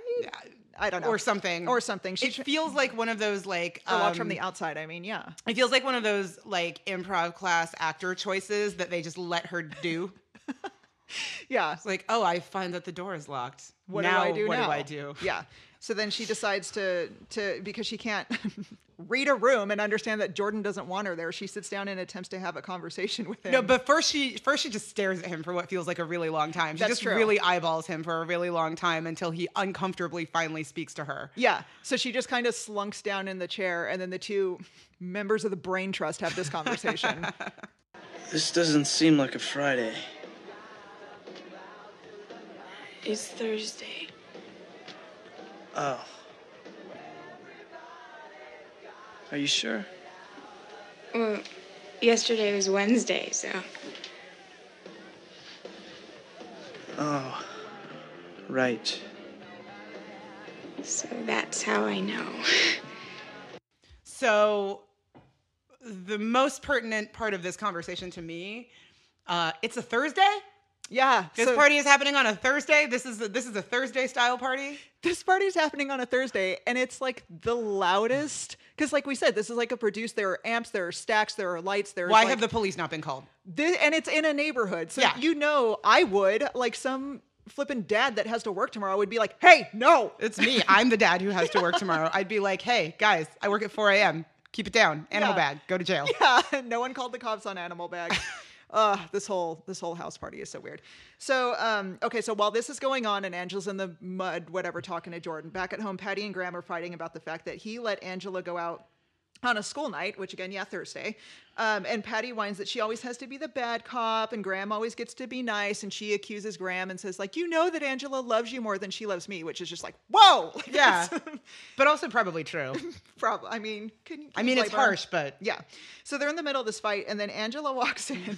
I don't know. Or something. Or something. She It feels like one of those like or locked from um, the outside. I mean, yeah. It feels like one of those like improv class actor choices that they just let her do. Yeah. It's like, oh, I find that the door is locked. What now, do I do what now? do I do? Yeah. So then she decides to to because she can't read a room and understand that Jordan doesn't want her there. She sits down and attempts to have a conversation with him. No, but first she first she just stares at him for what feels like a really long time. She That's just true. really eyeballs him for a really long time until he uncomfortably finally speaks to her. Yeah. So she just kind of slunks down in the chair and then the two members of the brain trust have this conversation. This doesn't seem like a Friday. It's Thursday. Oh. Are you sure? Well, Mm, yesterday was Wednesday, so. Oh. Right. So that's how I know. So the most pertinent part of this conversation to me, uh, it's a Thursday. yeah. This so- party is happening on a Thursday. This is a, this is a Thursday style party. this party's happening on a Thursday and it's like the loudest because like we said this is like a produce there are amps there are stacks there are lights there Why have the police not been called? this, and it's in a neighborhood so Yeah. you know I would like some flippin dad that has to work tomorrow would be like hey no It's me. I'm the dad who has to work tomorrow. I'd be like, hey guys, I work at 4 a.m. Keep it down. Animal Yeah. bag. Go to jail. no one called the cops on animal bag. Ugh, this whole this whole house party is so weird. So, um, okay, so while this is going on and Angela's in the mud, whatever, talking to Jordan, back at home, Patty and Graham are fighting about the fact that he let Angela go out on a school night, which again, yeah, Thursday. Um, and Patty whines that she always has to be the bad cop, and Graham always gets to be nice. And she accuses Graham and says, like, you know that Angela loves you more than she loves me, which is just like, whoa. Like, Yeah. that's- but also probably true. Problem. I mean, can, can I you mean, it's blame her? harsh, but Yeah. So they're in the middle of this fight, and then Angela walks in,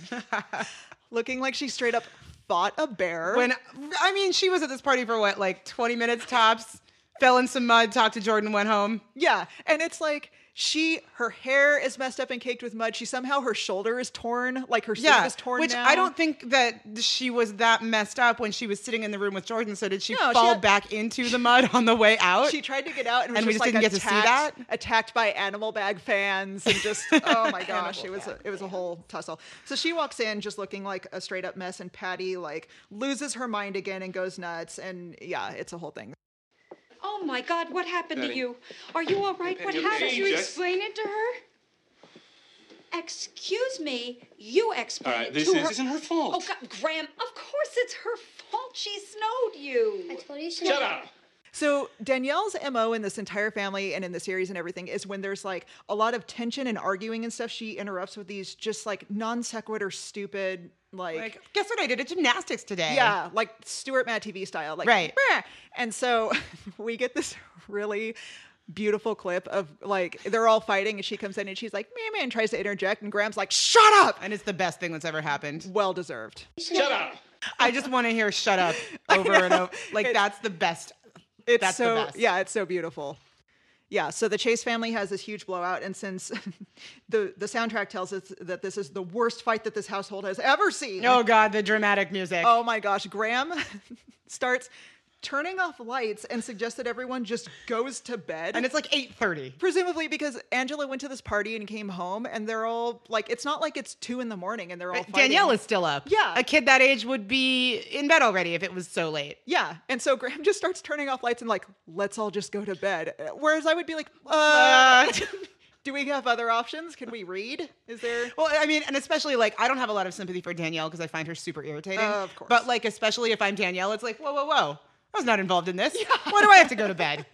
looking like she straight up fought a bear. when I mean, she was at this party for what, like 20 minutes tops, fell in some mud, talked to Jordan, went home. Yeah, and it's like she her hair is messed up and caked with mud. She somehow her shoulder is torn, like her sleeve Yeah, is torn. which now. I don't think that she was that messed up when she was sitting in the room with Jordan. So did she No, she fall had- back into the mud on the way out? She tried to get out, and, was And we just just like, didn't get to see attacked- Attacked by animal bag fans, and just oh my gosh, Animal it was a, bag it was a whole tussle. So she walks in just looking like a straight up mess, and Patty like loses her mind again and goes nuts, and yeah, it's a whole thing. Oh my God, what happened to Patty. you? Are you all right? What Patty, okay, happened? you just- explain it to her? Excuse me, you explain All right, it this to is, her. isn't her fault. Oh, God, Graham, of course it's her fault. She snowed I you. told you she Shut up. So Danielle's MO in this entire family and in the series and everything is when there's like a lot of tension and arguing and stuff, she interrupts with these just like non sequitur stupid like, like, guess what I did at gymnastics today? Yeah, like Stuart Mad TV style. Like Right. "Bah!" And so we get this really beautiful clip of like they're all fighting and she comes in and she's like, Meh meh and tries to interject and Graham's like, Shut up. And it's the best thing that's ever happened. Well deserved. Shut up. I just want to hear shut up over and over. Like, It's- that's the best. It's That's the so best. yeah, it's so beautiful. Yeah, so the Chase family has this huge blowout, and since the the soundtrack tells us that this is the worst fight that this household has ever seen. Oh, God, the dramatic music. Oh my gosh, Graham starts turning off lights and suggests that everyone just goes to bed. And it's like 8.30. presumably because Angela went to this party and came home, and they're all like, it's not like it's two in the morning and they're all fighting. Uh, Danielle is still up. Yeah. A kid that age would be in bed already if it was so late. Yeah, and so Graham just starts turning off lights and like, let's all just go to bed. Whereas I would be like, uh, do we have other options? Can we read? Is there? Well, I mean, and especially like I don't have a lot of sympathy for Danielle because I find her super irritating. Uh, of course. But like, especially if I'm Danielle, it's like, whoa, whoa, whoa. I was not involved in this. Why do I have to go to bed?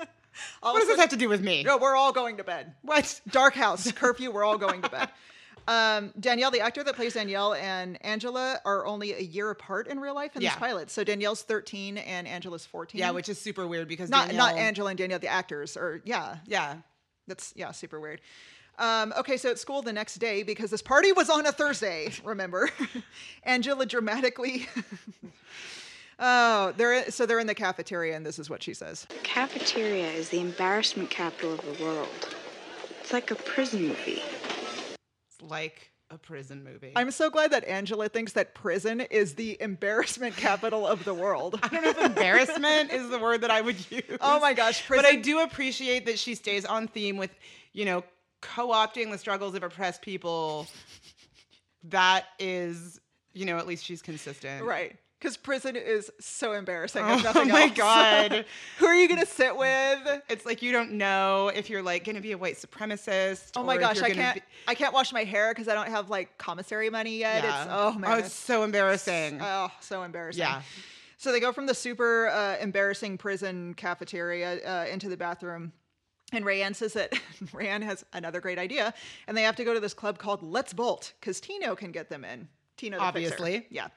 All what of a does this sudden- have to do with me? No, we're all going to bed. What? Dark house curfew. We're all going to bed. Um, Danielle, the actor that plays Danielle and Angela are only a year apart in real life in Yeah. this pilot. So Danielle's 13 and Angela's 14. Yeah, which is super weird because not not Danielle- Angela and Danielle, the actors, or yeah, Yeah. That's yeah, super weird. Um, okay, so at school the next day, because this party was on a Thursday, remember? Angela dramatically. oh, they're so they're in the cafeteria, and this is what she says. Cafeteria is the embarrassment capital of the world. It's like a prison movie. It's like a prison movie. I'm so glad that Angela thinks that prison is the embarrassment capital of the world. I don't know if embarrassment is the word that I would use. Oh my gosh, prison! But I do appreciate that she stays on theme with, you know, co-opting the struggles of oppressed people. That is, you know, at least she's consistent. right. Because prison is so embarrassing. Oh if nothing my else. God. Who are you gonna sit with? It's like you don't know if you're like going to be a white supremacist. Oh my or if gosh, you're I gonna can't. be- I can't wash my hair because I don't have like commissary money yet. yeah. It's oh man. it's so embarrassing. Oh, so embarrassing. Yeah. So they go from the super uh, embarrassing prison cafeteria uh, into the bathroom. And Rayanne says that Rayanne has another great idea, and they have to go to this club called Let's Bolt because Tino can get them in. Tino, the fixer. Obviously. yeah.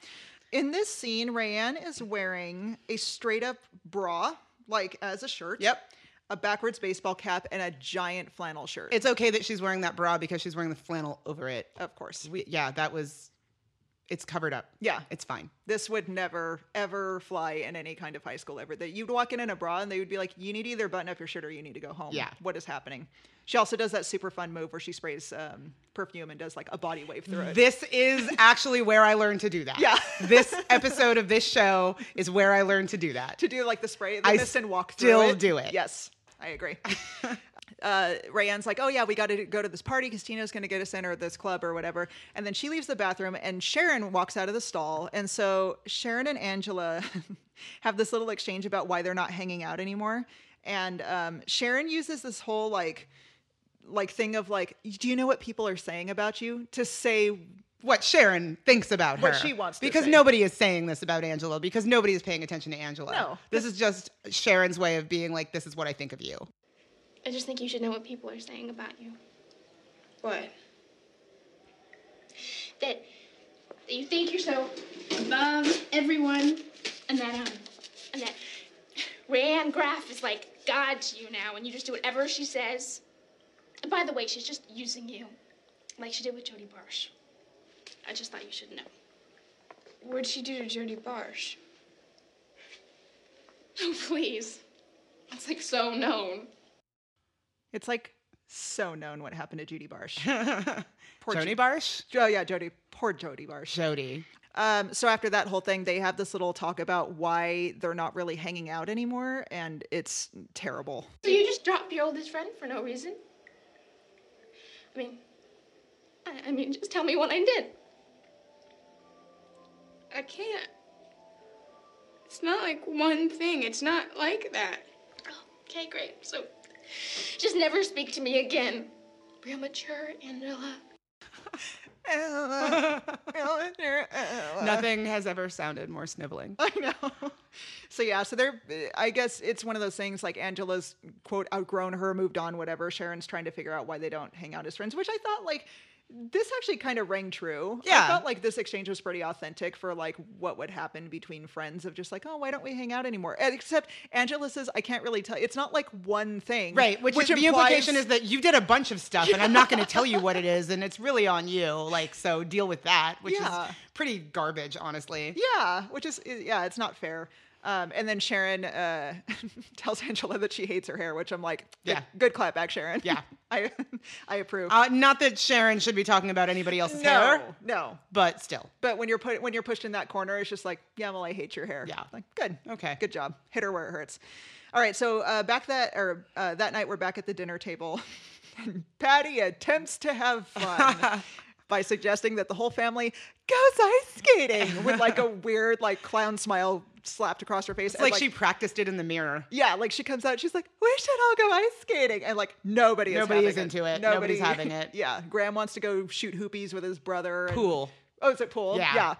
In this scene, Rayanne is wearing a straight up bra, like as a shirt. Yep. A backwards baseball cap and a giant flannel shirt. It's okay that she's wearing that bra because she's wearing the flannel over it. of course. We, yeah, that was. It's covered up. Yeah. It's fine. this would never ever fly in any kind of high school ever that you'd walk in in a bra and they would be like you need to either button up your shirt or you need to go home Yeah. what is happening she also does that super fun move where she sprays um, perfume and does like a body wave through it This is actually where I learned to do that. Yeah. this episode of this show is where I learned to do that. to do like the spray the I mist and walk through still it. do it. yes i agree uh, Rayanne's like, oh yeah, we got to go to this party because Tino's going to get us in or this club or whatever. And then she leaves the bathroom and Sharon walks out of the stall. And so Sharon and Angela have this little exchange about why they're not hanging out anymore. And um, Sharon uses this whole like, like thing of like, do you know what people are saying about you to say What Sharon thinks about What her. she wants to Because say. nobody is saying this about Angela because nobody is paying attention to Angela. No. This is just Sharon's way of being like, this is what I think of you. I just think you should know what people are saying about you. What? That that you think you're so above everyone, and that um, and that Rand Graff is like God to you now, and you just do whatever she says. And by the way, she's just using you, like she did with Jody Barsh. I just thought you should know. What'd she do to Jody Barsh? Oh please, that's like so known. It's like so known what happened to Judy Barsh. Jody Barsh? Oh yeah, Jody. Poor Jody Barsh. Jody. Um, so after that whole thing, they have this little talk about why they're not really hanging out anymore, and it's terrible. So you just drop your oldest friend for no reason? I mean, I, I mean, just tell me what I did. I can't. It's not like one thing. It's not like that. Okay, great. So just never speak to me again. Real mature, Angela. Nothing has ever sounded more sniveling. I know. So yeah, so they're. I guess it's one of those things like Angela's quote outgrown her, moved on, whatever. Sharon's trying to figure out why they don't hang out as friends, which I thought like this actually kind of rang true. I Yeah. felt like this exchange was pretty authentic for like what would happen between friends of just like, oh, why don't we hang out anymore? And Except Angela says, I can't really tell. It's not like one thing, Right, which, is, the implication is that you did a bunch of stuff, and I'm not going to tell you what it is, and it's really on you. Like, so deal with that, which Yeah. is pretty garbage, honestly. Yeah, which is yeah, it's not fair. Um, and then Sharon uh, tells Angela that she hates her hair, which I'm like, good, Yeah. good clapback, Sharon. Yeah. I I approve. Uh, not that Sharon should be talking about anybody else's hair, no, no. but still, But when you're put when you're pushed in that corner, it's just like, yeah, well, I hate your hair. Yeah. like good, okay. good job. Hit her where it hurts. All right, so uh, back that or uh, that night, we're back at the dinner table. and Patty attempts to have fun. By suggesting that the whole family goes ice skating with like a weird like clown smile slapped across her face. It's like, she practiced it in the mirror. Yeah, like she comes out, she's like, "We should all go ice skating," and like nobody is Nobody having is into it. Nobody's having it. yeah, Graham wants to go shoot hoopies with his brother. and- Pool. Oh, is it pool? Yeah.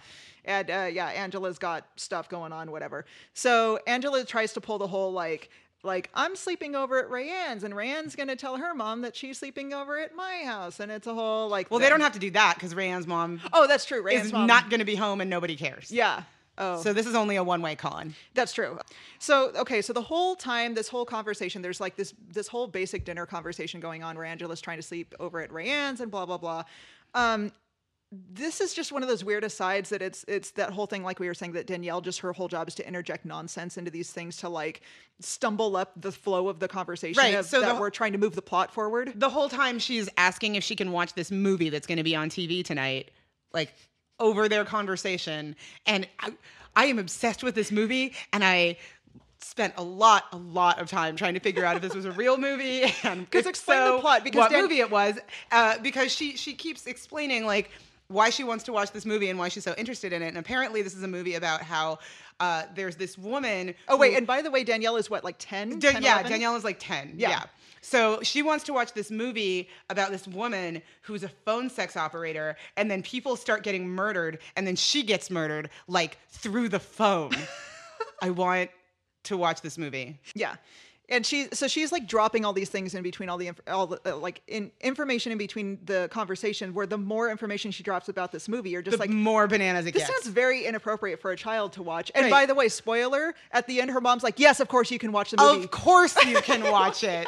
And uh, yeah, Angela's got stuff going on, whatever. So Angela tries to pull the whole like, like I'm sleeping over at Rayanne's, and Rayanne's gonna tell her mom that she's sleeping over at my house, and it's a whole like. Well, they don't have to do that because Rayanne's mom Oh, that's true. Rayanne's is mom- not going to be home, and nobody cares. Yeah. Oh. So this is only a one-way con. That's true. So okay, so the whole time, this whole conversation, there's like this this whole basic dinner conversation going on where Angela's trying to sleep over at Rayanne's and blah blah blah. Um, this is just one of those weird asides that it's it's that whole thing like we were saying that Danielle just her whole job is to interject nonsense into these things to like stumble up the flow of the conversation Right, of- so the that wh- Mm-hmm. we're trying to move the plot forward. the whole time she's asking if she can watch this movie that's going to be on TV tonight, like over their conversation. And I, I am obsessed with this movie, and I spent a lot, a lot of time trying to figure out if this was a real movie and Because if explain the so, plot, because what Dan- movie it was. Uh, because she she keeps explaining like why she wants to watch this movie and why she's so interested in it. And apparently, this is a movie about how uh, there's this woman. Oh wait, who- and by the way, Danielle is what like 10? Dan- 10, yeah, 11? Danielle is like 10. Yeah. Yeah. So she wants to watch this movie about this woman who's a phone sex operator, and then people start getting murdered, and then she gets murdered like through the phone. I want to watch this movie. Yeah. And she, so she's like dropping all these things in between all the, inf- all the uh, like in information in between the conversation. Where the more information she drops about this movie, you're just The like, more bananas it this gets. sounds very inappropriate for a child to watch. And Right. by the way, spoiler: at the end, her mom's like, "Yes, of course you can watch the movie." Of course you can watch it.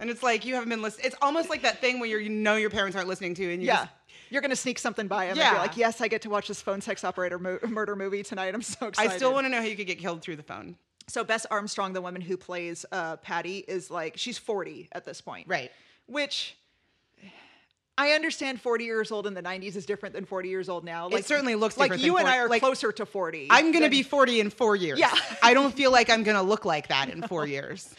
And it's like you haven't been listening. It's almost like that thing where you're, you know your parents aren't listening to, you and you yeah, just- you're gonna sneak something by him. And be Yeah. like, "Yes, I get to watch this phone sex operator mo- murder movie tonight. I'm so excited." I still want to know how you could get killed through the phone. So Bess Armstrong, the woman who plays uh, Patty, is like she's 40 at this point, Right. which I understand 40 years old in the 90s is different than 40 years old now. certainly looks like different you than and I 40 are like, closer to 40. I'm going than- to be 40 in four years. Yeah. I don't feel like I'm going to look like that in four years.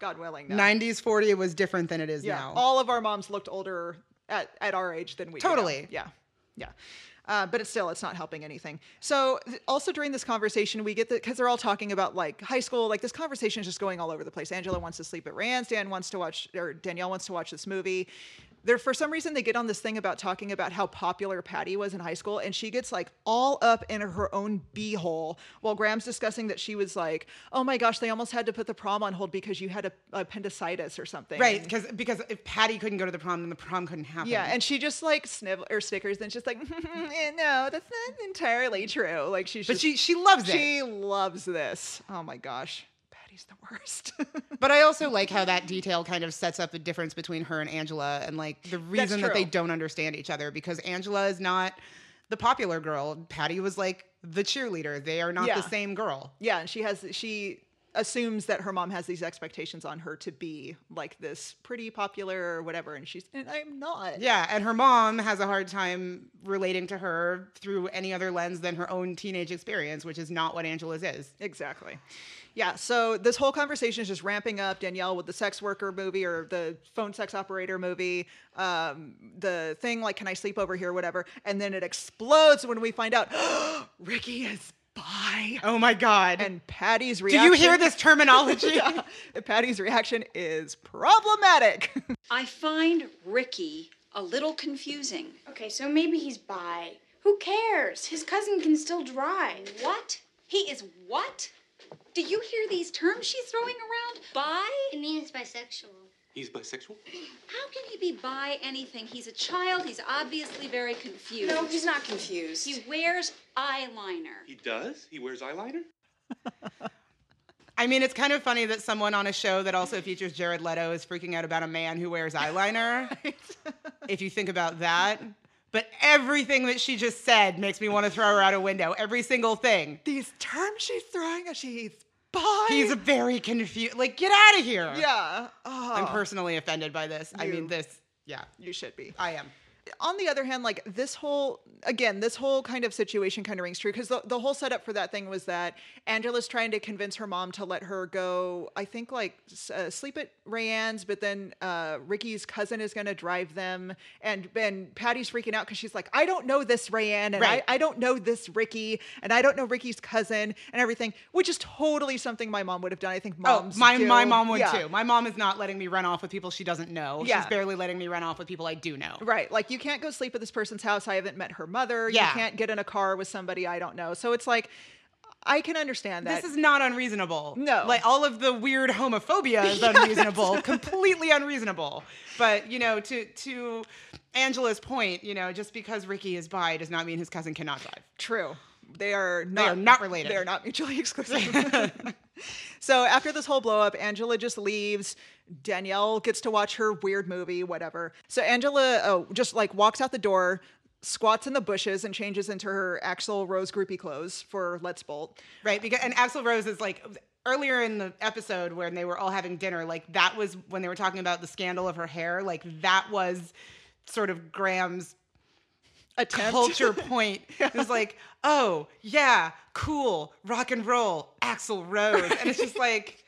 God willing. No. 90s 40 was different than it is yeah. now. All of our moms looked older at, at our age than we do now. Totally. Yeah. Yeah. Uh, but it's still, it's not helping anything. So, th- also during this conversation, we get the because they're all talking about like high school. Like this conversation is just going all over the place. Angela wants to sleep at Rand's. Dan wants to watch, or Danielle wants to watch this movie. There, for some reason, they get on this thing about talking about how popular Patty was in high school, and she gets like all up in her own beehole while Graham's discussing that she was like, "Oh my gosh, they almost had to put the prom on hold because you had a, appendicitis or something." Right, because because if Patty couldn't go to the prom, then the prom couldn't happen. Yeah, and she just like snivel or snickers, and she's like, "Eh, "No, that's not entirely true." Like she's, But just- she- she loves it. She loves this. Oh my gosh, Patty's the worst. but I also like how that detail kind of sets up the difference between her and Angela, and like the reason that they true. don't understand each other because Angela is not the popular girl. Patty was like the cheerleader. They are not Yeah. the same girl. yeah, and she has she assumes that her mom has these expectations on her to be like this pretty popular or whatever, and she's and I'm not. Yeah, and her mom has a hard time relating to her through any other lens than her own teenage experience, which is not what Angela's is. Exactly. Yeah, so this whole conversation is just ramping up. Danielle with the sex worker movie or the phone sex operator movie, um, the thing like, can I sleep over here, whatever. And then it explodes when we find out Ricky is bi. Oh my god. And Patty's you reaction. hear this terminology? Yeah. Patty's reaction is problematic. I find Ricky a little confusing. Okay, so maybe he's bi. Who cares? His cousin can still drive. What? He is what? Do you hear these terms she's throwing around? Bi? It means bisexual. He's bisexual? How can he be bi anything? He's a child. He's obviously very confused. No, he's not confused. He wears eyeliner. He does? He wears eyeliner? I mean, it's kind of funny that someone on a show that also features Jared Leto is freaking out about a man who wears eyeliner. if you think about that. But everything that she just said makes me want to throw her out a window. Every single thing. These terms she's throwing at she's bi. He's a very confused. Like, get out of here. yeah. Oh. I'm personally offended by this. I You- mean, this. Yeah, you should be. I am. on the other hand, like this whole again, this whole kind of situation kind of rings true because the, the whole setup for that thing was that Angela's trying to convince her mom to let her go. I think like s- uh, sleep at Rayanne's, but then uh, Ricky's cousin is going to drive them, and and Patty's freaking out because she's like, I don't know this Rayanne, and Right. I, I don't know this Ricky, and I don't know Ricky's cousin, and everything, which is totally something my mom would have done. I think moms. oh, my do. my mom would Yeah. too. My mom is not letting me run off with people she doesn't know. Yeah. She's barely letting me run off with people I do know. Right. Like you can't go sleep at this person's house. I haven't met her mother. You Yeah. can't get in a car with somebody I don't know. So it's like I can understand that. This is not unreasonable. No. Like all of the weird homophobia is unreasonable, completely unreasonable. But, you know, to to Angela's point, you know, just because Ricky is bi does not mean his cousin cannot drive. true. They are not, They are not related. They're not mutually exclusive. so after this whole blow up, Angela just leaves. Danielle gets to watch her weird movie, whatever. So Angela oh, just like walks out the door, squats in the bushes, and changes into her Axel Rose groupie clothes for Let's Bolt. Right? Because and Axel Rose is like earlier in the episode when they were all having dinner, like that was when they were talking about the scandal of her hair, like that was sort of Graham's Attempt. culture point. It was like, oh yeah, cool, rock and roll, Axl Rose, and it's just like,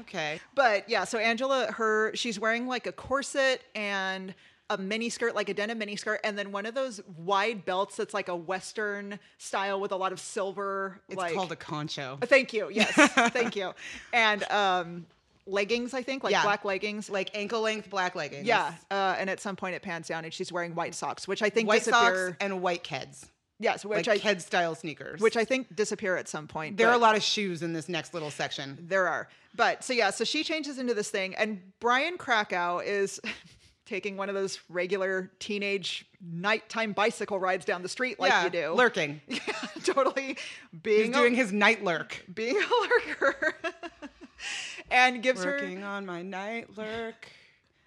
okay, But yeah, so Angela, her she's wearing like a corset and a mini skirt, like a denim mini skirt, and then one of those wide belts that's like a Western style with a lot of silver. it's like, Uh, called a concho. Thank you. Yes, thank you. And um, leggings, I think, like Yeah. black leggings. Like ankle length black leggings. Yeah, uh, and at some point it pans down, and she's wearing white socks, which I think white disappear. socks and white Keds, yes, like which I Ked style sneakers. which I think disappear at some point. there are a but- lot of shoes in this next little section. There are. But so yeah, so she changes into this thing, and Brian Krakow is taking one of those regular teenage nighttime bicycle rides down the street like yeah, you do. lurking. Yeah, totally He's being a, doing his night lurk. being a lurker. and gives Working her on my night lurk.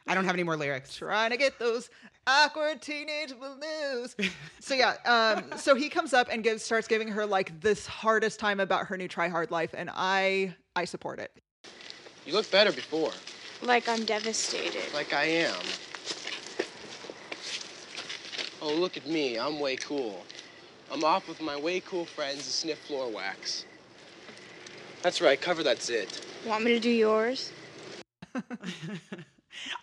I don't have any more lyrics. trying to get those awkward teenage blues. so yeah, um, so he comes up and gives starts giving her like this hardest time about her new try hard life, and I I support it. You look better before. Like I'm devastated. Like I am. Oh, look at me. I'm way cool. I'm off with my way cool friends to sniff floor wax. That's right. Cover that zit. Want me to do yours?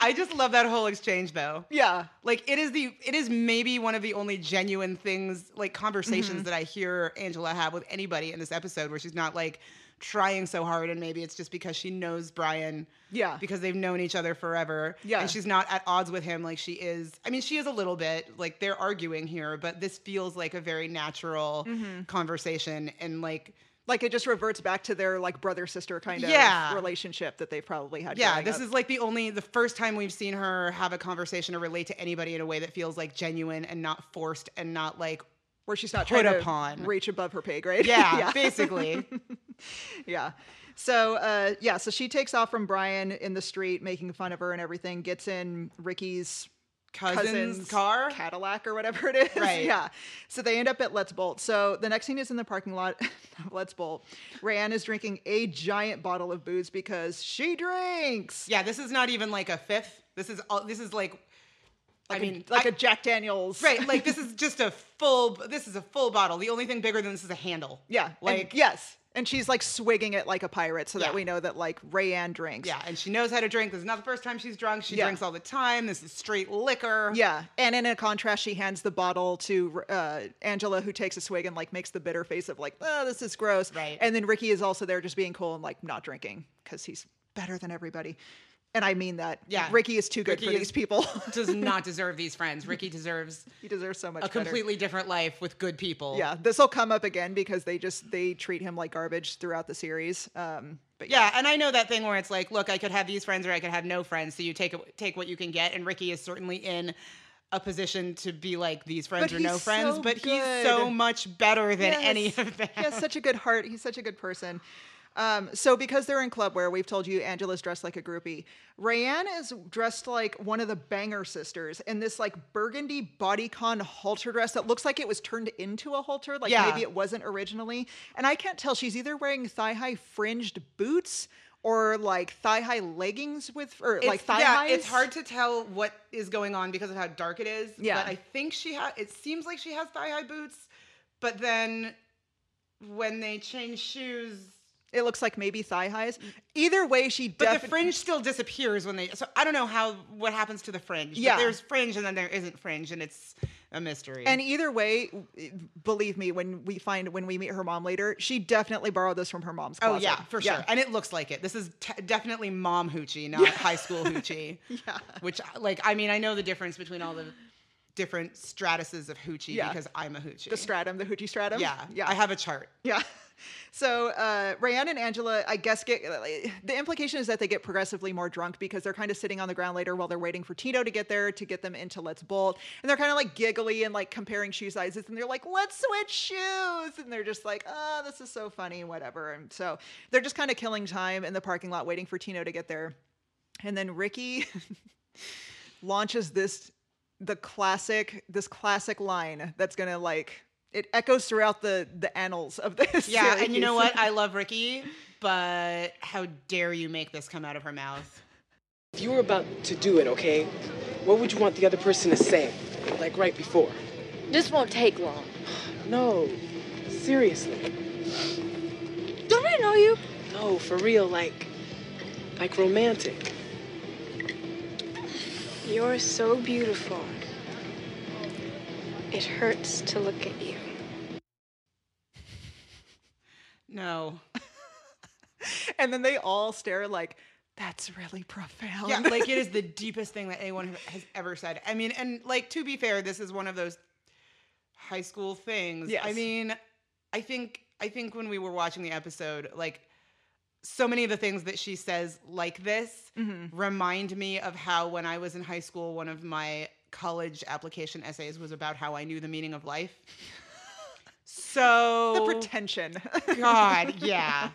I just love that whole exchange though. Yeah. Like it is the it is maybe one of the only Mm-hmm. genuine things like conversations that I hear Angela have with anybody in this episode where she's not like trying so hard, and maybe it's just because she knows Brian. Yeah. Because they've known each other forever. Yeah. And she's not at odds with him like she is. I mean, she is a little bit like they're arguing here, but this feels like a very natural Mhm. conversation and like like it just reverts back to their like brother sister kind of Yeah. relationship that they probably had. yeah growing this up. is like the only the first time we've seen her have a conversation or relate to anybody in a way that feels like genuine and not forced and not like where she's not put trying upon. to reach above her pay grade. Yeah, basically. yeah. So uh, yeah, so she takes off from Brian in the street, making fun of her and everything. Gets in Ricky's Cousin's car? Cadillac or whatever it is. Right. Yeah. So they end up at Let's Bolt. So the next scene is in the parking lot of Let's Bolt. Rayanne is drinking a giant bottle of booze because she drinks. Yeah, this is not even like a fifth. This is all. This is like, Like I a- mean, like a a Jack Daniels, right? Like this is just a full. This is a full bottle. The only thing bigger than this is a handle. Yeah. like and, yes. And she's like swigging it like a pirate so Yeah. that we know that like Rayanne drinks. yeah, and she knows how to drink. This is not the first time she's drunk. She Yeah. drinks all the time. This is straight liquor. Yeah, and in a contrast, she hands the bottle to uh, Angela, who takes a swig and like makes the bitter face of like, "Oh, this is gross." Right. And then Ricky is also there, just being cool and like not drinking because he's better than everybody, and I mean that. Yeah. Ricky is too good Ricky for is- these people. does not deserve these friends. Ricky deserves he deserves so much. a better. completely different life with good people. Yeah, this will come up again because they just they treat him like garbage throughout the series. Um, but Yeah, and I know that thing where it's like, look, I could have these friends or I could have no friends. So you take take what you can get. And Ricky is certainly in a position to be like these friends But are no he's friends, so but he's good. so much better than any Yes. of them. He has such a good heart. He's such a good person. Um, so because they're in clubwear, we've told you Angela's dressed like a groupie. Rayanne is dressed like one of the Banger sisters in this like burgundy bodycon halter dress that looks like it was turned into a halter. Like Yeah. maybe it wasn't originally. And I can't tell. She's either wearing thigh high fringed boots or like thigh high leggings with or like It's- thigh yeah, highs. it's hard to tell what is going on because of how dark it is. Yeah. but I think she has. It seems like she has thigh high boots, but then when they change shoes, It looks like maybe thigh highs. Either way, she Mm. but definitely the fringe still disappears when they. So I don't know how what happens to the fringe. but Yeah. there's fringe and then there isn't fringe, and it's a mystery. And either way, believe me, when we find when we meet her mom later, she definitely borrowed this from her mom's Oh closet. yeah, for sure. And it looks like it. This is t- definitely mom hoochie, not high school hoochie. Yeah. Which, like, I mean, I know the difference between all the different stratuses of hoochie Yeah. because I'm a hoochie. The stratum, the hoochie stratum. Yeah, yeah. I have a chart. Yeah. So uh, Rayanne and Angela, I guess, get the implication is that they get progressively more drunk because they're kind of sitting on the ground later while they're waiting for Tito to get there to get them into Let's Bolt, and they're kind of like giggly and like comparing shoe sizes, and they're like, "Let's switch shoes," and they're just like, "Oh, this is so funny, whatever." And so they're just kind of killing time in the parking lot waiting for Tino to get there, and then Ricky launches this the classic this classic line that's gonna like it echoes throughout the the annals of this Yeah, and you know series. what? I love Ricky, but how dare you make this come out of her mouth? If you were about to do it, okay, what would you want the other person to say? Like right before? This won't take long. No, seriously. Don't I know you? No, for real, like, like romantic. You're so beautiful. It hurts to look at you. No. and then they all stare like that's really profound Yeah, Um, like it is the deepest thing that anyone has ever said. I mean, and like to be fair, this is one of those high school things. I Yes. mean, I think I think when we were watching the episode, like so many of the things that she says like this Mhm. remind me of how when I was in high school, one of my college application essays was about how I knew the meaning of life. So the pretension God, yeah.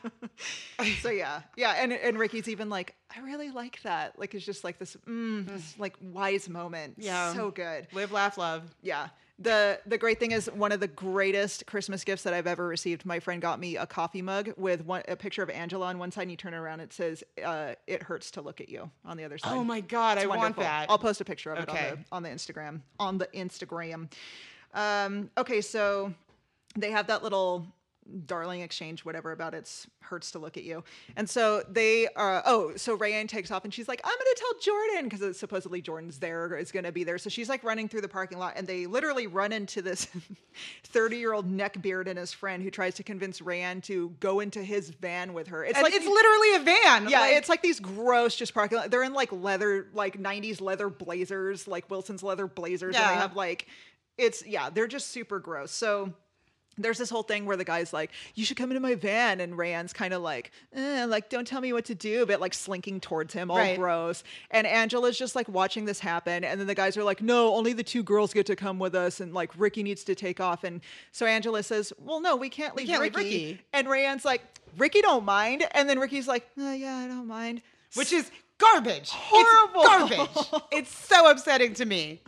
so yeah yeah and and ricky's even like i really like that like it's just like this, mm, this like wise moment Yeah. so good Live, laugh, love. yeah the the great thing is one of the greatest christmas gifts that i've ever received my friend got me a coffee mug with one a picture of angela on one side and you turn around it says uh, it hurts to look at you on the other side Oh my God, It's I want wonderful. that. i'll post a picture of Okay. it on the, on the instagram on the instagram um, okay so they have that little darling exchange whatever about it's hurts to look at you and so they are oh so rayanne takes off and she's like i'm gonna tell jordan because supposedly jordan's there is gonna be there so she's like running through the parking lot and they literally run into this 30 year old neckbeard and his friend who tries to convince rayanne to go into his van with her it's It's- like it's literally a van, yeah like- it's like these gross just parking lot they're in like leather like 90s leather blazers like wilson's leather blazers and Yeah. they have like it's yeah they're just super gross so there's this whole thing where the guy's like, "You should come into my van," and Rand's kind of like, eh, "Like, don't tell me what to do," but like slinking towards him, all Right. gross. And Angela's just like watching this happen, and then the guys are like, "No, only the two girls get to come with us," and like Ricky needs to take off, and so Angela says, "Well, no, we can't leave, can't leave Ricky. Ricky. And Rand's like, "Ricky don't mind," and then Ricky's like, "Uh, "Yeah, I don't mind," which is garbage. horrible, It's garbage. it's so upsetting to me.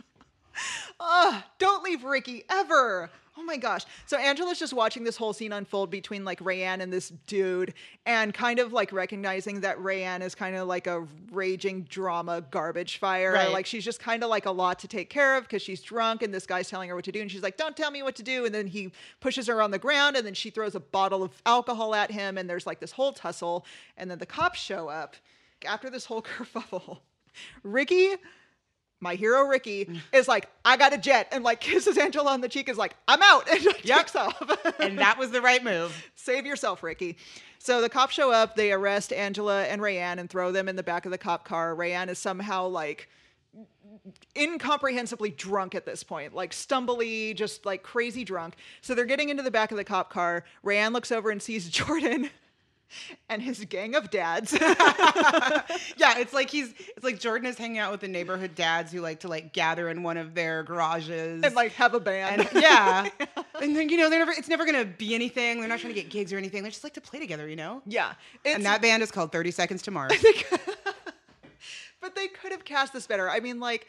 Ugh, don't leave Ricky ever. Oh my gosh. So Angela's just watching this whole scene unfold between like Rayanne and this dude and kind of like recognizing that Rayanne is kind of like a raging drama garbage fire. Right. Like she's just kind of like a lot to take care of because she's drunk and this guy's telling her what to do. And she's like, don't tell me what to do. And then he pushes her on the ground and then she throws a bottle of alcohol at him. And there's like this whole tussle. And then the cops show up after this whole kerfuffle. Ricky my hero Mm. Ricky is like, I got a jet, and like kisses Angela on the cheek, is like, I'm out, and like, takes off. and that was the right move. Save yourself, Ricky. So the cops show up, they arrest Angela and Rayanne and throw them in the back of the cop car. Rayanne is somehow like incomprehensibly drunk at this point, like stumbly, just like crazy drunk. So they're getting into the back of the cop car. Rayanne looks over and sees Jordan and his gang of dads. Yeah, it's like he's it's like Jordan is hanging out with the neighborhood dads who like to like gather in one of their garages and like have a band. and yeah. and then you know they're never it's never gonna be anything. They're not trying to get gigs or anything. They just like to play together, you know? Yeah. and that band is called 30 Seconds to Mars. but they could have cast this better. I mean, like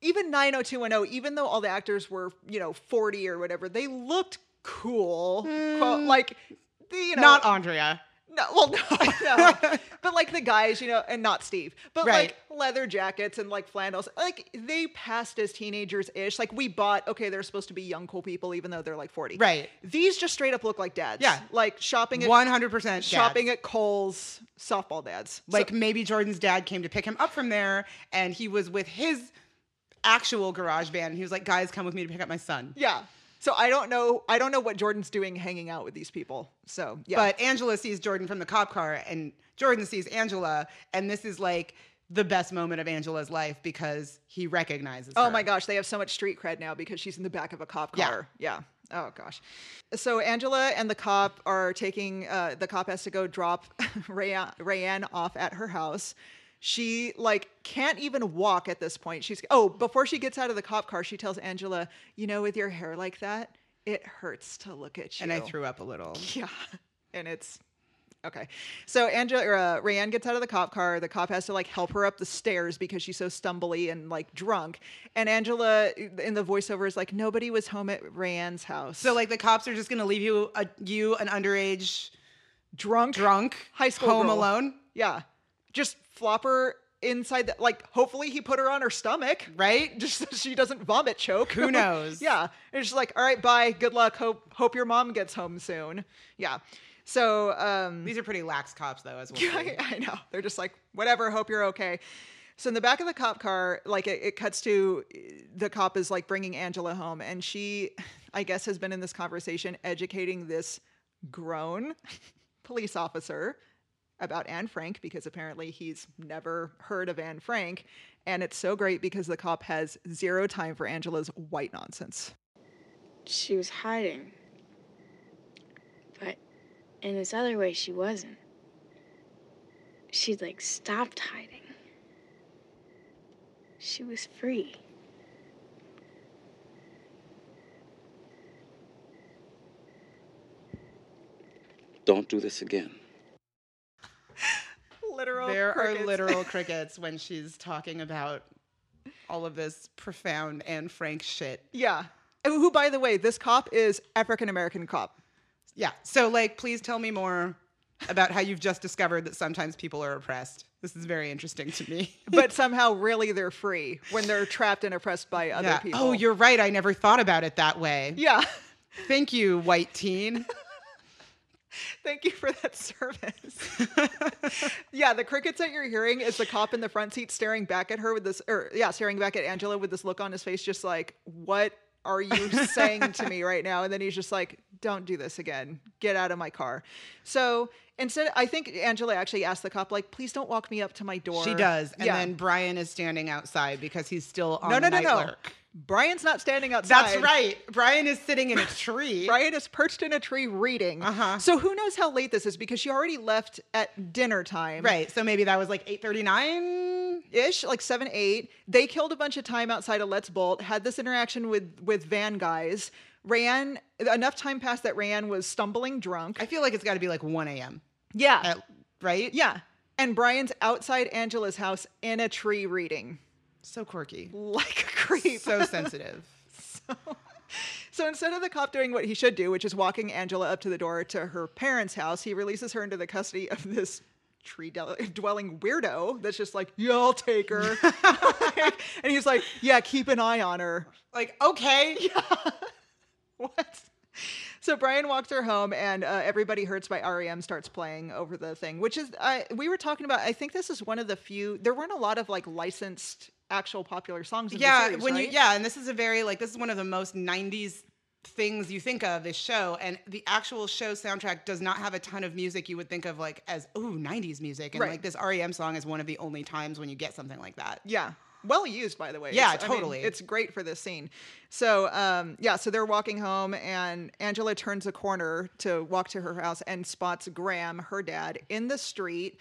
even 90210, even though all the actors were, you know, 40 or whatever, they looked cool. Quote, like the, you know, Mm. Not Andrea. no, well, no, no. but like the guys, you know, and not Steve, but Right. like leather jackets and like flannels, like they passed as teenagers ish. Like we bought, okay, they're supposed to be young, cool people, even though they're like 40. Right. These just straight up look like dads. Yeah. Like shopping at 100% dads. shopping at Kohl's softball dads. So- Like maybe Jordan's dad came to pick him up from there and he was with his actual garage band. He was like, guys, come with me to pick up my son. Yeah. So I don't know. I don't know what Jordan's doing hanging out with these people. So yeah. But Angela sees Jordan from the cop car, and Jordan sees Angela, and this is like the best moment of Angela's life because he recognizes. oh her. my gosh, they have so much street cred now because she's in the back of a cop Yeah. car. Yeah. Oh gosh. So Angela and the cop are taking. Uh, the cop has to go drop Rayanne, Rayanne off at her house. She like can't even walk at this point. She's oh before she gets out of the cop car, she tells Angela, you know, with your hair like that, it hurts to look at you. And I threw up a little. Yeah. And it's okay. So Angela or, uh, Rayanne gets out of the cop car. The cop has to like help her up the stairs because she's so stumbly and like drunk. And Angela in the voiceover is like, nobody was home at Rayanne's house. So like the cops are just gonna leave you a, you an underage drunk drunk high school home girl. alone. Yeah. Just flop her inside the like hopefully he put her on her stomach right just so she doesn't vomit choke Who knows? yeah and she's like all right bye good luck hope hope your mom gets home soon yeah so um These are pretty lax cops though as well. Yeah, I, I know. They're just like, whatever, hope you're okay. So in the back of the cop car, like it, it cuts to uh, the cop is like bringing Angela home, and she, I guess, has been in this conversation educating this grown police officer about Anne Frank because apparently he's never heard of Anne Frank. And it's so great because the cop has zero time for Angela's white nonsense. She was hiding. But in this other way, she wasn't. She'd like stopped hiding. She was free. Don't do this again. Literal. There crickets. are literal crickets when she's talking about all of this profound and frank shit. yeah. And Who, by the way, this cop is African American cop. Yeah. So, like, please tell me more about how you've just discovered that sometimes people are oppressed. This is very interesting to me. but somehow really they're free when they're trapped and oppressed by other Yeah. people. Oh, you're right. I never thought about it that way. yeah. Thank you, white teen. Thank you for that service. yeah, the crickets that you're hearing is the cop in the front seat staring back at her with this, or yeah, staring back at Angela with this look on his face, just like, what are you saying to me right now? And then he's just like, don't do this again. Get out of my car. So instead, I think Angela actually asked the cop, like, please don't walk me up to my door. She does. And Yeah. then Brian is standing outside because he's still on no, no, the no, night no. Lurk. Brian's not standing outside. That's right. Brian is sitting in a tree. Brian is perched in a tree reading. Uh-huh. So who knows how late this is because she already left at dinner time. Right. So maybe that was like 8:39 ish, like 7 8. They killed a bunch of time outside of Let's Bolt, had this interaction with with van guys. Ran enough time passed that Rayanne was stumbling drunk. I feel like it's got to be like 1 a.m. Yeah. right? Yeah. And Brian's outside Angela's house in a tree reading. So quirky. Like a creep. So sensitive. So instead of the cop doing what he should do, which is walking Angela up to the door to her parents' house, he releases her into the custody of this tree del- dwelling weirdo that's just like, yeah, I'll take her. Like, and he's like, yeah, keep an eye on her. Like, okay. what? So Brian walks her home, and uh, "Everybody Hurts" by REM starts playing over the thing, which is I we were talking about. I think this is one of the few. There weren't a lot of like licensed actual popular songs. In yeah, the series, when you right? yeah, and this is a very like this is one of the most 90s things you think of this show and the actual show soundtrack does not have a ton of music you would think of like as ooh 90s music and Right. like this REM song is one of the only times when you get something like that. Yeah. Well used, by the way. Yeah, It's- I mean, totally. it's great for this scene. So, um, yeah, so they're walking home, and Angela turns a corner to walk to her house and spots Graham, her dad, in the street,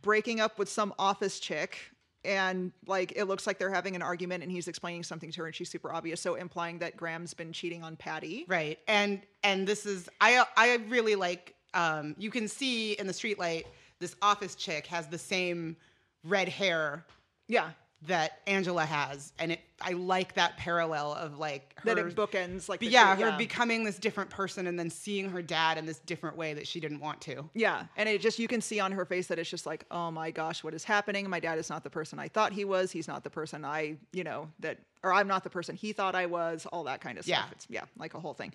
breaking up with some office chick. And like, it looks like they're having an argument, and he's explaining something to her, and she's super obvious. So, implying that Graham's been cheating on Patty. Right. And and this is I I really like um you can see in the streetlight this office chick has the same red hair Yeah. that Angela has and it I like that parallel of like her That it bookends like the yeah, two- her becoming this different person and then seeing her dad in this different way that she didn't want to. Yeah. And it just, you can see on her face that it's just like, oh my gosh, what is happening? My dad is not the person I thought he was. He's not the person I, you know, that, or I'm not the person he thought I was, all that kind of stuff. Yeah. It's, yeah, like a whole thing.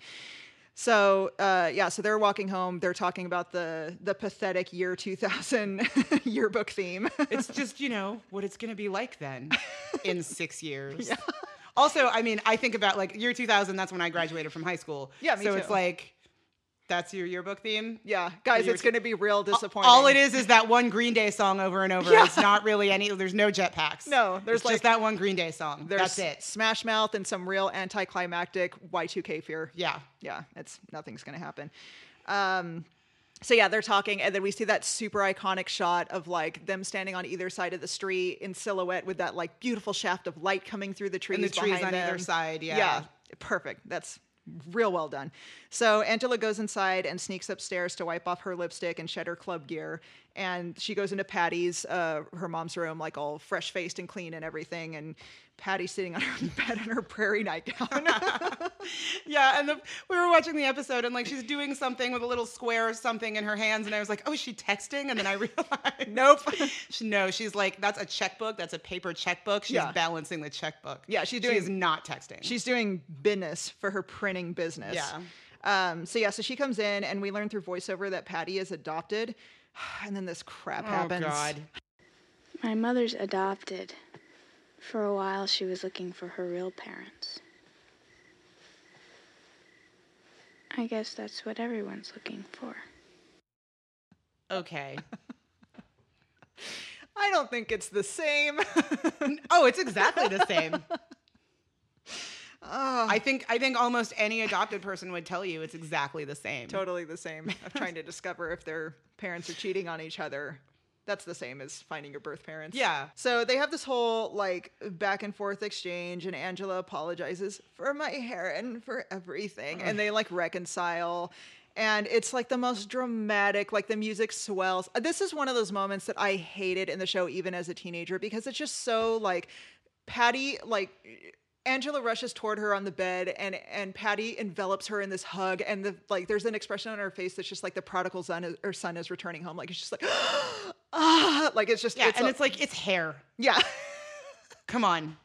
So, uh, yeah, so they're walking home. They're talking about the the pathetic year 2000 yearbook theme. It's just, you know, what it's going to be like then in 6 years. Also, I mean, I think about like year 2000, that's when I graduated from high school. Yeah, me So it's too. like that's your yearbook theme. yeah, guys, Year it's two- going to be real disappointing. All it is is that one Green Day song over and over. It's not really any. There's no jetpacks. No, there's It's like- just that one Green Day song. There's That's it. Smash Mouth and some real anticlimactic Y2K fear. Yeah. Yeah. It's nothing's going to happen. Um, so yeah, they're talking, and then we see that super iconic shot of like them standing on either side of the street in silhouette with that like beautiful shaft of light coming through the trees. the trees behind on either them. side, yeah. Yeah. Perfect. That's real well done. So Angela goes inside and sneaks upstairs to wipe off her lipstick and shed her club gear. And she goes into Patty's, uh, her mom's room, like all fresh faced and clean and everything. And Patty's sitting on her bed in her prairie nightgown. Yeah, and the, we were watching the episode, and like she's doing something with a little square or something in her hands, and I was like, "Oh, is she texting?" And then I realized, nope, she, no, she's like, "That's a checkbook. That's a paper checkbook. She's Yeah. balancing the checkbook." Yeah, she's She doing- is not texting. She's doing business for her printing business. Yeah. Um, so yeah, so she comes in and we learn through voiceover that Patty is adopted, and then this crap Oh, happens. God. My mother's adopted. For a while, she was looking for her real parents. I guess that's what everyone's looking for. okay. I don't think it's the same. oh, it's exactly the same. Oh. I think I think almost any adopted person would tell you it's exactly the same. totally the same of trying to discover if their parents are cheating on each other. That's the same as finding your birth parents. Yeah. So they have this whole like back and forth exchange, and Angela apologizes for my hair and for everything. And they like reconcile. And it's like the most dramatic, like the music swells. This is one of those moments that I hated in the show, even as a teenager, because it's just so like Patty, like Angela rushes toward her on the bed and and Patty envelops her in this hug and the like there's an expression on her face that's just like the prodigal son is, or son is returning home like it's just like ah like it's just Yeah, and a- it's like it's hair. yeah Come on.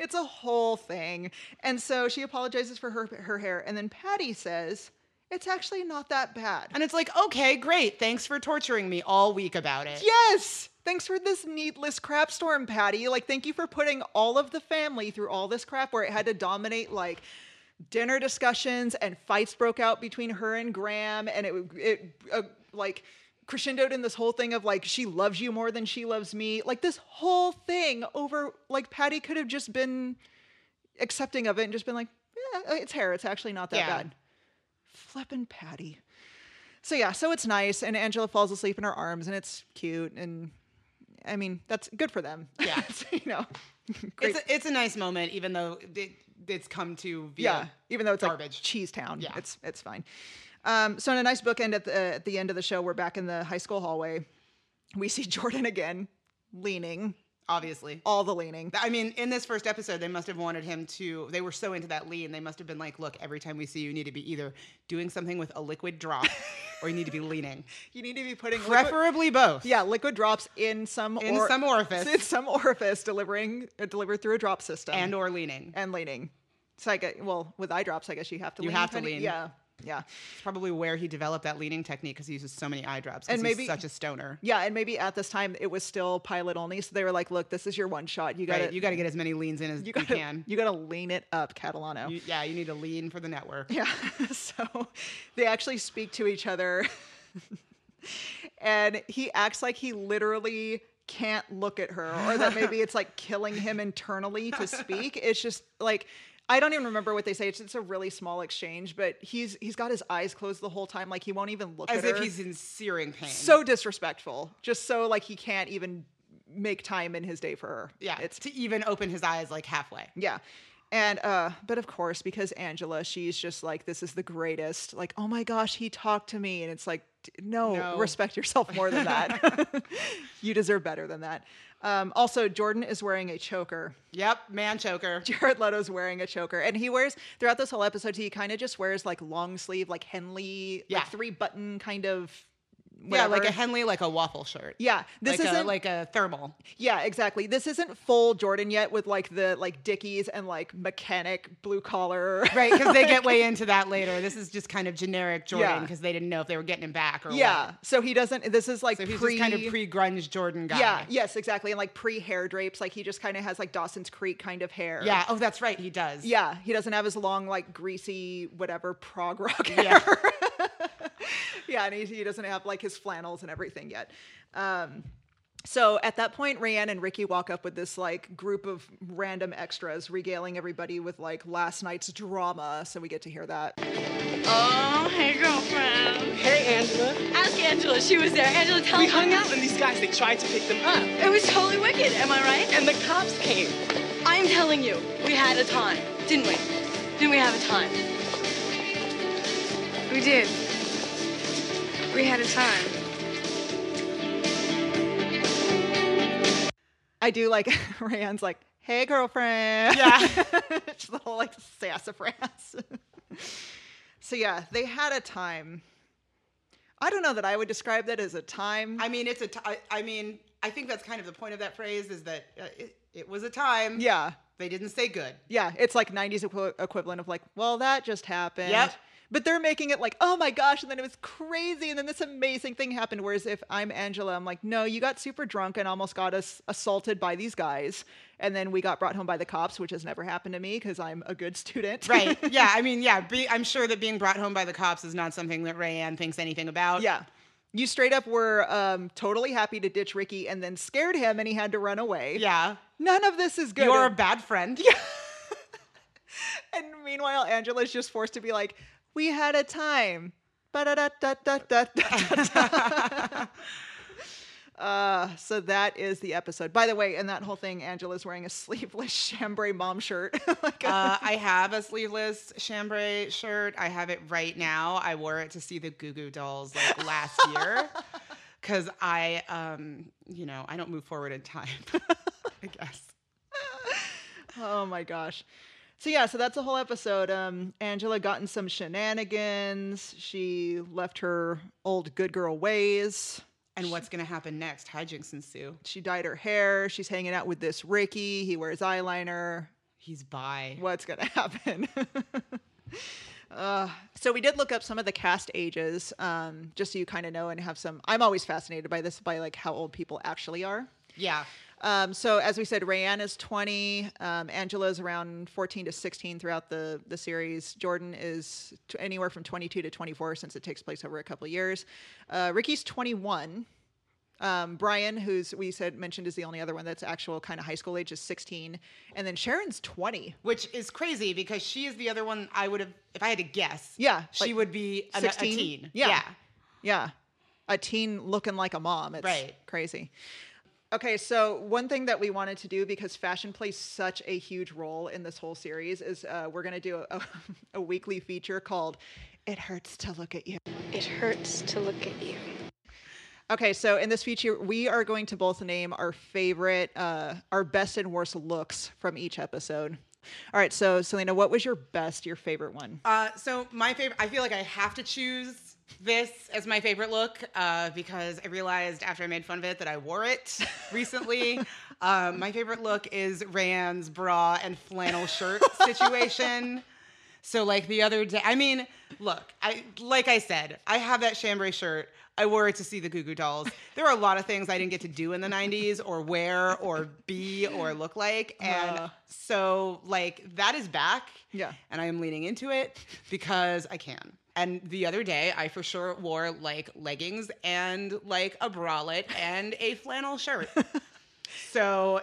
it's a whole thing and so she apologizes for her her hair and then Patty says It's actually not that bad. And it's like, okay, great. Thanks for torturing me all week about it. Yes. Thanks for this needless crap storm, Patty. Like, thank you for putting all of the family through all this crap where it had to dominate, like, dinner discussions and fights broke out between her and Graham. And it, it uh, like, crescendoed in this whole thing of, like, she loves you more than she loves me. Like, this whole thing over, like, Patty could have just been accepting of it and just been like, yeah, it's hair. It's actually not that Yeah. bad. Flippin' Patty. So yeah, so it's nice, and Angela falls asleep in her arms, and it's cute, and I mean that's good for them. Yeah. you know, It's a, it's a nice moment, even though it, it's come to via yeah, even though it's like garbage. cheese town. Yeah. it's it's fine. Um, so in a nice bookend at the at the end of the show, we're back in the high school hallway. We see Jordan again, leaning, obviously. all the leaning. I mean, in this first episode, they must have wanted him to. They were so into that lean, they must have been like, "Look, every time we see you, you need to be either doing something with a liquid drop, or you need to be leaning, You need to be putting liquid- preferably both." Yeah, liquid drops in some In some orifice. in some orifice, delivering uh, delivered through a drop system and or leaning. and leaning. So I get well with eye drops. I guess you have to. You lean have to kinda- lean. Yeah, yeah, It's probably where he developed that leaning technique because he uses so many eye drops. And And maybe maybe- he's such a stoner. yeah. And maybe at this time it was still pilot only, so they were like, "Look, this is your one shot. You got right? to You got to get as many leans in as you, you got to can. you got to lean it up, Catalano." You- yeah, you need to lean for the network. yeah. So they actually speak to each other, and he acts like he literally can't look at her, or that maybe it's like killing him internally to speak. It's just like. I don't even remember what they say. It's, it's a really small exchange, but he's he's got his eyes closed the whole time, like he won't even look As at if her. he's in searing pain. so disrespectful just so like he can't even make time in his day for her yeah, it's to even open his eyes like halfway. yeah and uh but of course because angela she's just like this is the greatest like oh my gosh he talked to me and it's like d- no, No. respect yourself more than that you deserve better than that um also jordan is wearing a choker Yep, man choker. Jared Leto's wearing a choker, and he wears throughout this whole episode. He kind of just wears like long sleeve, like Henley, Yeah. like three button kind of. Yeah, like a whatever. Henley, like a waffle shirt. Yeah, this like isn't a, like a thermal. Yeah, exactly. This isn't full Jordan yet with like the like Dickies and like mechanic blue collar. Right, because they get way into that later. This is just kind of generic Jordan Yeah. because they didn't know if they were getting him back or yeah. what. So he doesn't this is like So he's pre just kind of pre-grunge Jordan guy. Yeah, yes, exactly. And like pre hair drapes, like he just kind of has like Dawson's Creek kind of hair. Yeah, Oh, that's right. He does. Yeah, he doesn't have his long like greasy whatever prog rock hair. yeah, Yeah. and he, he doesn't have like his flannels and everything yet. Um, so at that point, Rayanne and Ricky walk up with this like group of random extras, regaling everybody with like last night's drama. So we get to hear that. Oh, hey, girlfriend. Hey, Angela. Ask Angela. She was there. Angela, tell We me. hung out and these guys, they tried to pick them up. It was totally wicked. Am I right? And the cops came. I'm telling you, we had a time, didn't we? Didn't we have a time? We did. We had a time. I do like Rayanne's like, "Hey, girlfriend." Yeah. it's the whole like sassafras. so yeah, they had a time. I don't know that I would describe that as a time. I mean, it's a. T- I, I mean, I think that's kind of the point of that phrase is that uh, it, it was a time. yeah. They didn't say good. Yeah, it's like 90s equi- equivalent of like, well, that just happened. Yep. But they're making it like, oh my gosh, and then it was crazy, and then this amazing thing happened. Whereas if I'm Angela, I'm like, no, you got super drunk and almost got us assaulted by these guys, and then we got brought home by the cops, which has never happened to me because I'm a good student. Right. yeah. I mean, yeah. Be, I'm sure that being brought home by the cops is not something that Rayanne thinks anything about. yeah. You straight up were um, totally happy to ditch Ricky, and then scared him, and he had to run away. Yeah. None of this is good. You are a And- bad friend. And meanwhile, Angela's just forced to be like, "We had a time." Ba-da-da-da-da-da-da-da-da. Uh, so that is the episode. By the way, in that whole thing, Angela's wearing a sleeveless chambray mom shirt. like a- uh, I have a sleeveless chambray shirt. I have it right now. I wore it to see the Goo Goo Dolls like last year because I, um, you know, I don't move forward in time. I guess. oh my gosh. So yeah, so that's the whole episode. Um, Angela got in some shenanigans. She left her old good girl ways. And what's gonna happen next? Hijinks ensue. She dyed her hair. She's hanging out with this Ricky. He wears eyeliner. He's by. what's going to happen. Uh, so we did look up some of the cast ages, um, just so you kind of know and have some. I'm always fascinated by this, by like how old people actually are. Yeah. Um, so as we said, Rayanne is 20. Um, Angela is around 14 to 16 throughout the the series. Jordan is t- anywhere from 22 to 24 since it takes place over a couple years. Uh, Ricky's 21. Um, Brian, who's we said mentioned is the only other one that's actual kind of high school age, is 16, and then Sharon's 20. Which is crazy because she is the other one I would have, if I had to guess. Yeah, she like would be an- a, 16? teen. Yeah. yeah, a teen looking like a mom. It's Right. crazy. Okay, so one thing that we wanted to do because fashion plays such a huge role in this whole series is uh, we're going to do a, a weekly feature called "It Hurts to Look at You." It hurts to look at you. Okay, so in this feature, we are going to both name our favorite, uh, our best and worst looks from each episode. All right, so Selena, what was your best, your favorite one? Uh, so my favorite, I feel like I have to choose this as my favorite look uh, because I realized after I made fun of it that I wore it recently. um, my favorite look is Rand's bra and flannel shirt situation. So like the other day, I mean, look, I like I said, I have that chambray shirt. I wore it to see the Goo Goo Dolls. There were a lot of things I didn't get to do in the '90s, or wear, or be, or look like, and Uh. so like that is back Yeah. and I am leaning into it because I can. And the other day, I for sure wore like leggings and like a bralette and a flannel shirt. so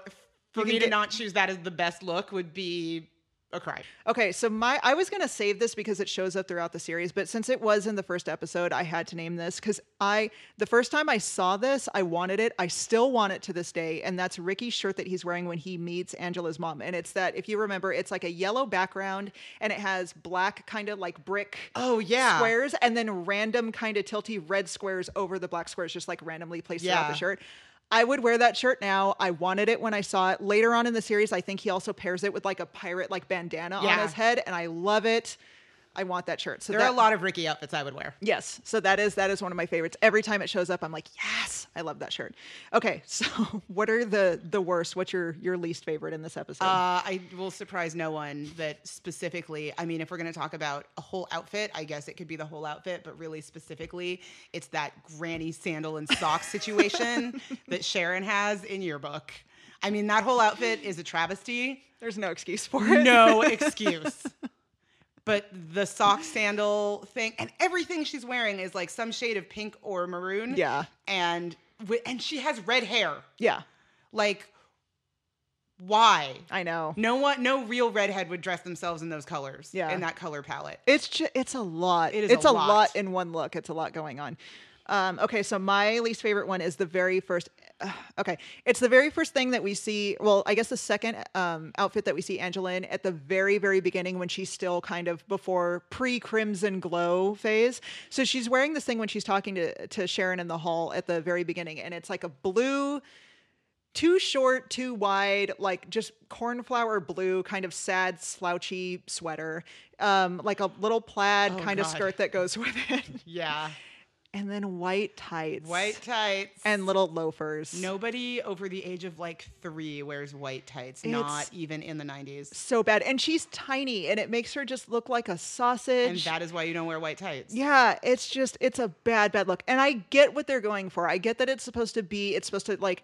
for You can me get- to not choose that as the best look would be a crime. Okay, so my I was gonna save this because it shows up throughout the series, but since it was in the first episode, I had to name this because I the first time I saw this, I wanted it. I still want it to this day, and that's Ricky's shirt that he's wearing when he meets Angela's mom. And it's that if you remember, it's like a yellow background and it has black kind of like brick Oh yeah, squares and then random kind of tilty red squares over the black squares, just like randomly placed throughout Yeah. the shirt. I would wear that shirt now. I wanted it when I saw it. Later on in the series, I think he also pairs it with like a pirate like bandana on Yeah. his head, and I love it. I want that shirt. So there that, are a lot of Ricky outfits I would wear. Yes, so that is that is one of my favorites. Every time it shows up, I'm like, yes, I love that shirt. Okay, so what are the the worst? What's your your least favorite in this episode? Uh, I will surprise no one that specifically, I mean, if we're going to talk about a whole outfit, I guess it could be the whole outfit, but really specifically, it's that granny sandal and sock situation that Sharon has in your book. I mean, that whole outfit is a travesty. There's no excuse for it. No excuse. But the sock sandal thing and everything she's wearing is like some shade of pink or maroon. Yeah. And wi- and she has red hair. yeah, Like why? I know. No one, no real redhead would dress themselves in those colors. Yeah. in that color palette. It's ju- it's a lot. It is it's a a lot. lot. in one look. It's a lot going on. Um, okay, so my least favorite one is the very first. ugh, okay, it's the very first thing that we see. Well, I guess the second um, outfit that we see Angela in at the very, very beginning when she's still kind of before pre crimson glow phase. So she's wearing this thing when she's talking to to Sharon in the hall at the very beginning, and it's like a blue too short, too wide, like just cornflower blue, kind of sad, slouchy sweater, um, like a little plaid Oh, kind of God. skirt that goes with it, Yeah, and then white tights, white tights. and little loafers. Nobody over the age of like three wears white tights. It's- not even in the nineties. so bad, and she's tiny, and it makes her just look like a sausage. And that is why you don't wear white tights. Yeah, it's just it's a bad bad look. And I get what they're going for. I get that it's supposed to be it's supposed to like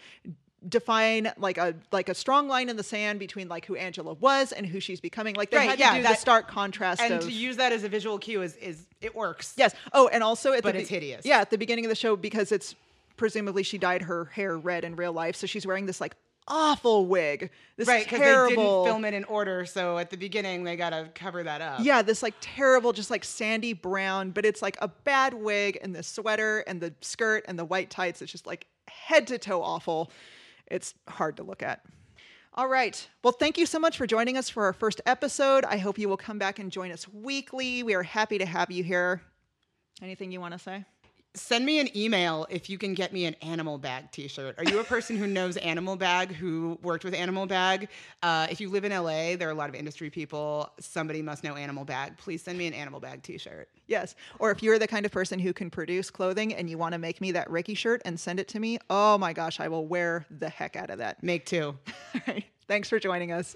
define like a like a strong line in the sand between like who Angela was and who she's becoming. Like they Right, had yeah, to do the that- stark contrast and of to use that as a visual cue is is it works. Yes. Oh, and also at But the it's hideous. Yeah, at the beginning of the show because it's presumably she dyed her hair red in real life, so she's wearing this like awful wig. This right, because they didn't terrible film it in order, so at the beginning they gotta cover that up. Yeah, this like terrible, just like sandy brown, but it's like a bad wig and the sweater and the skirt and the white tights. It's just like head to toe awful. It's hard to look at. All right. Well, thank you so much for joining us for our first episode. I hope you will come back and join us weekly. We are happy to have you here. Anything you want to say? send me an email if you can get me an animal bag t-shirt are you a person who knows animal bag who worked with animal bag uh, if you live in la there are a lot of industry people somebody must know animal bag please send me an animal bag t-shirt Yes. Or if you're the kind of person who can produce clothing and you want to make me that Ricky shirt and send it to me, oh my gosh, I will wear the heck out of that. make two All right. Thanks for joining us.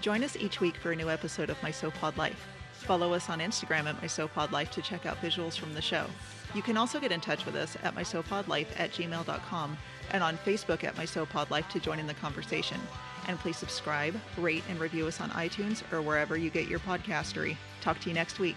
Join us each week for a new episode of My SoPod Life. Follow us on Instagram at My SoPod Life to check out visuals from the show. You can also get in touch with us at mysopodlife at gmail.com and on Facebook at My SoPod Life to join in the conversation. And please subscribe, rate, and review us on iTunes or wherever you get your podcastery. Talk to you next week.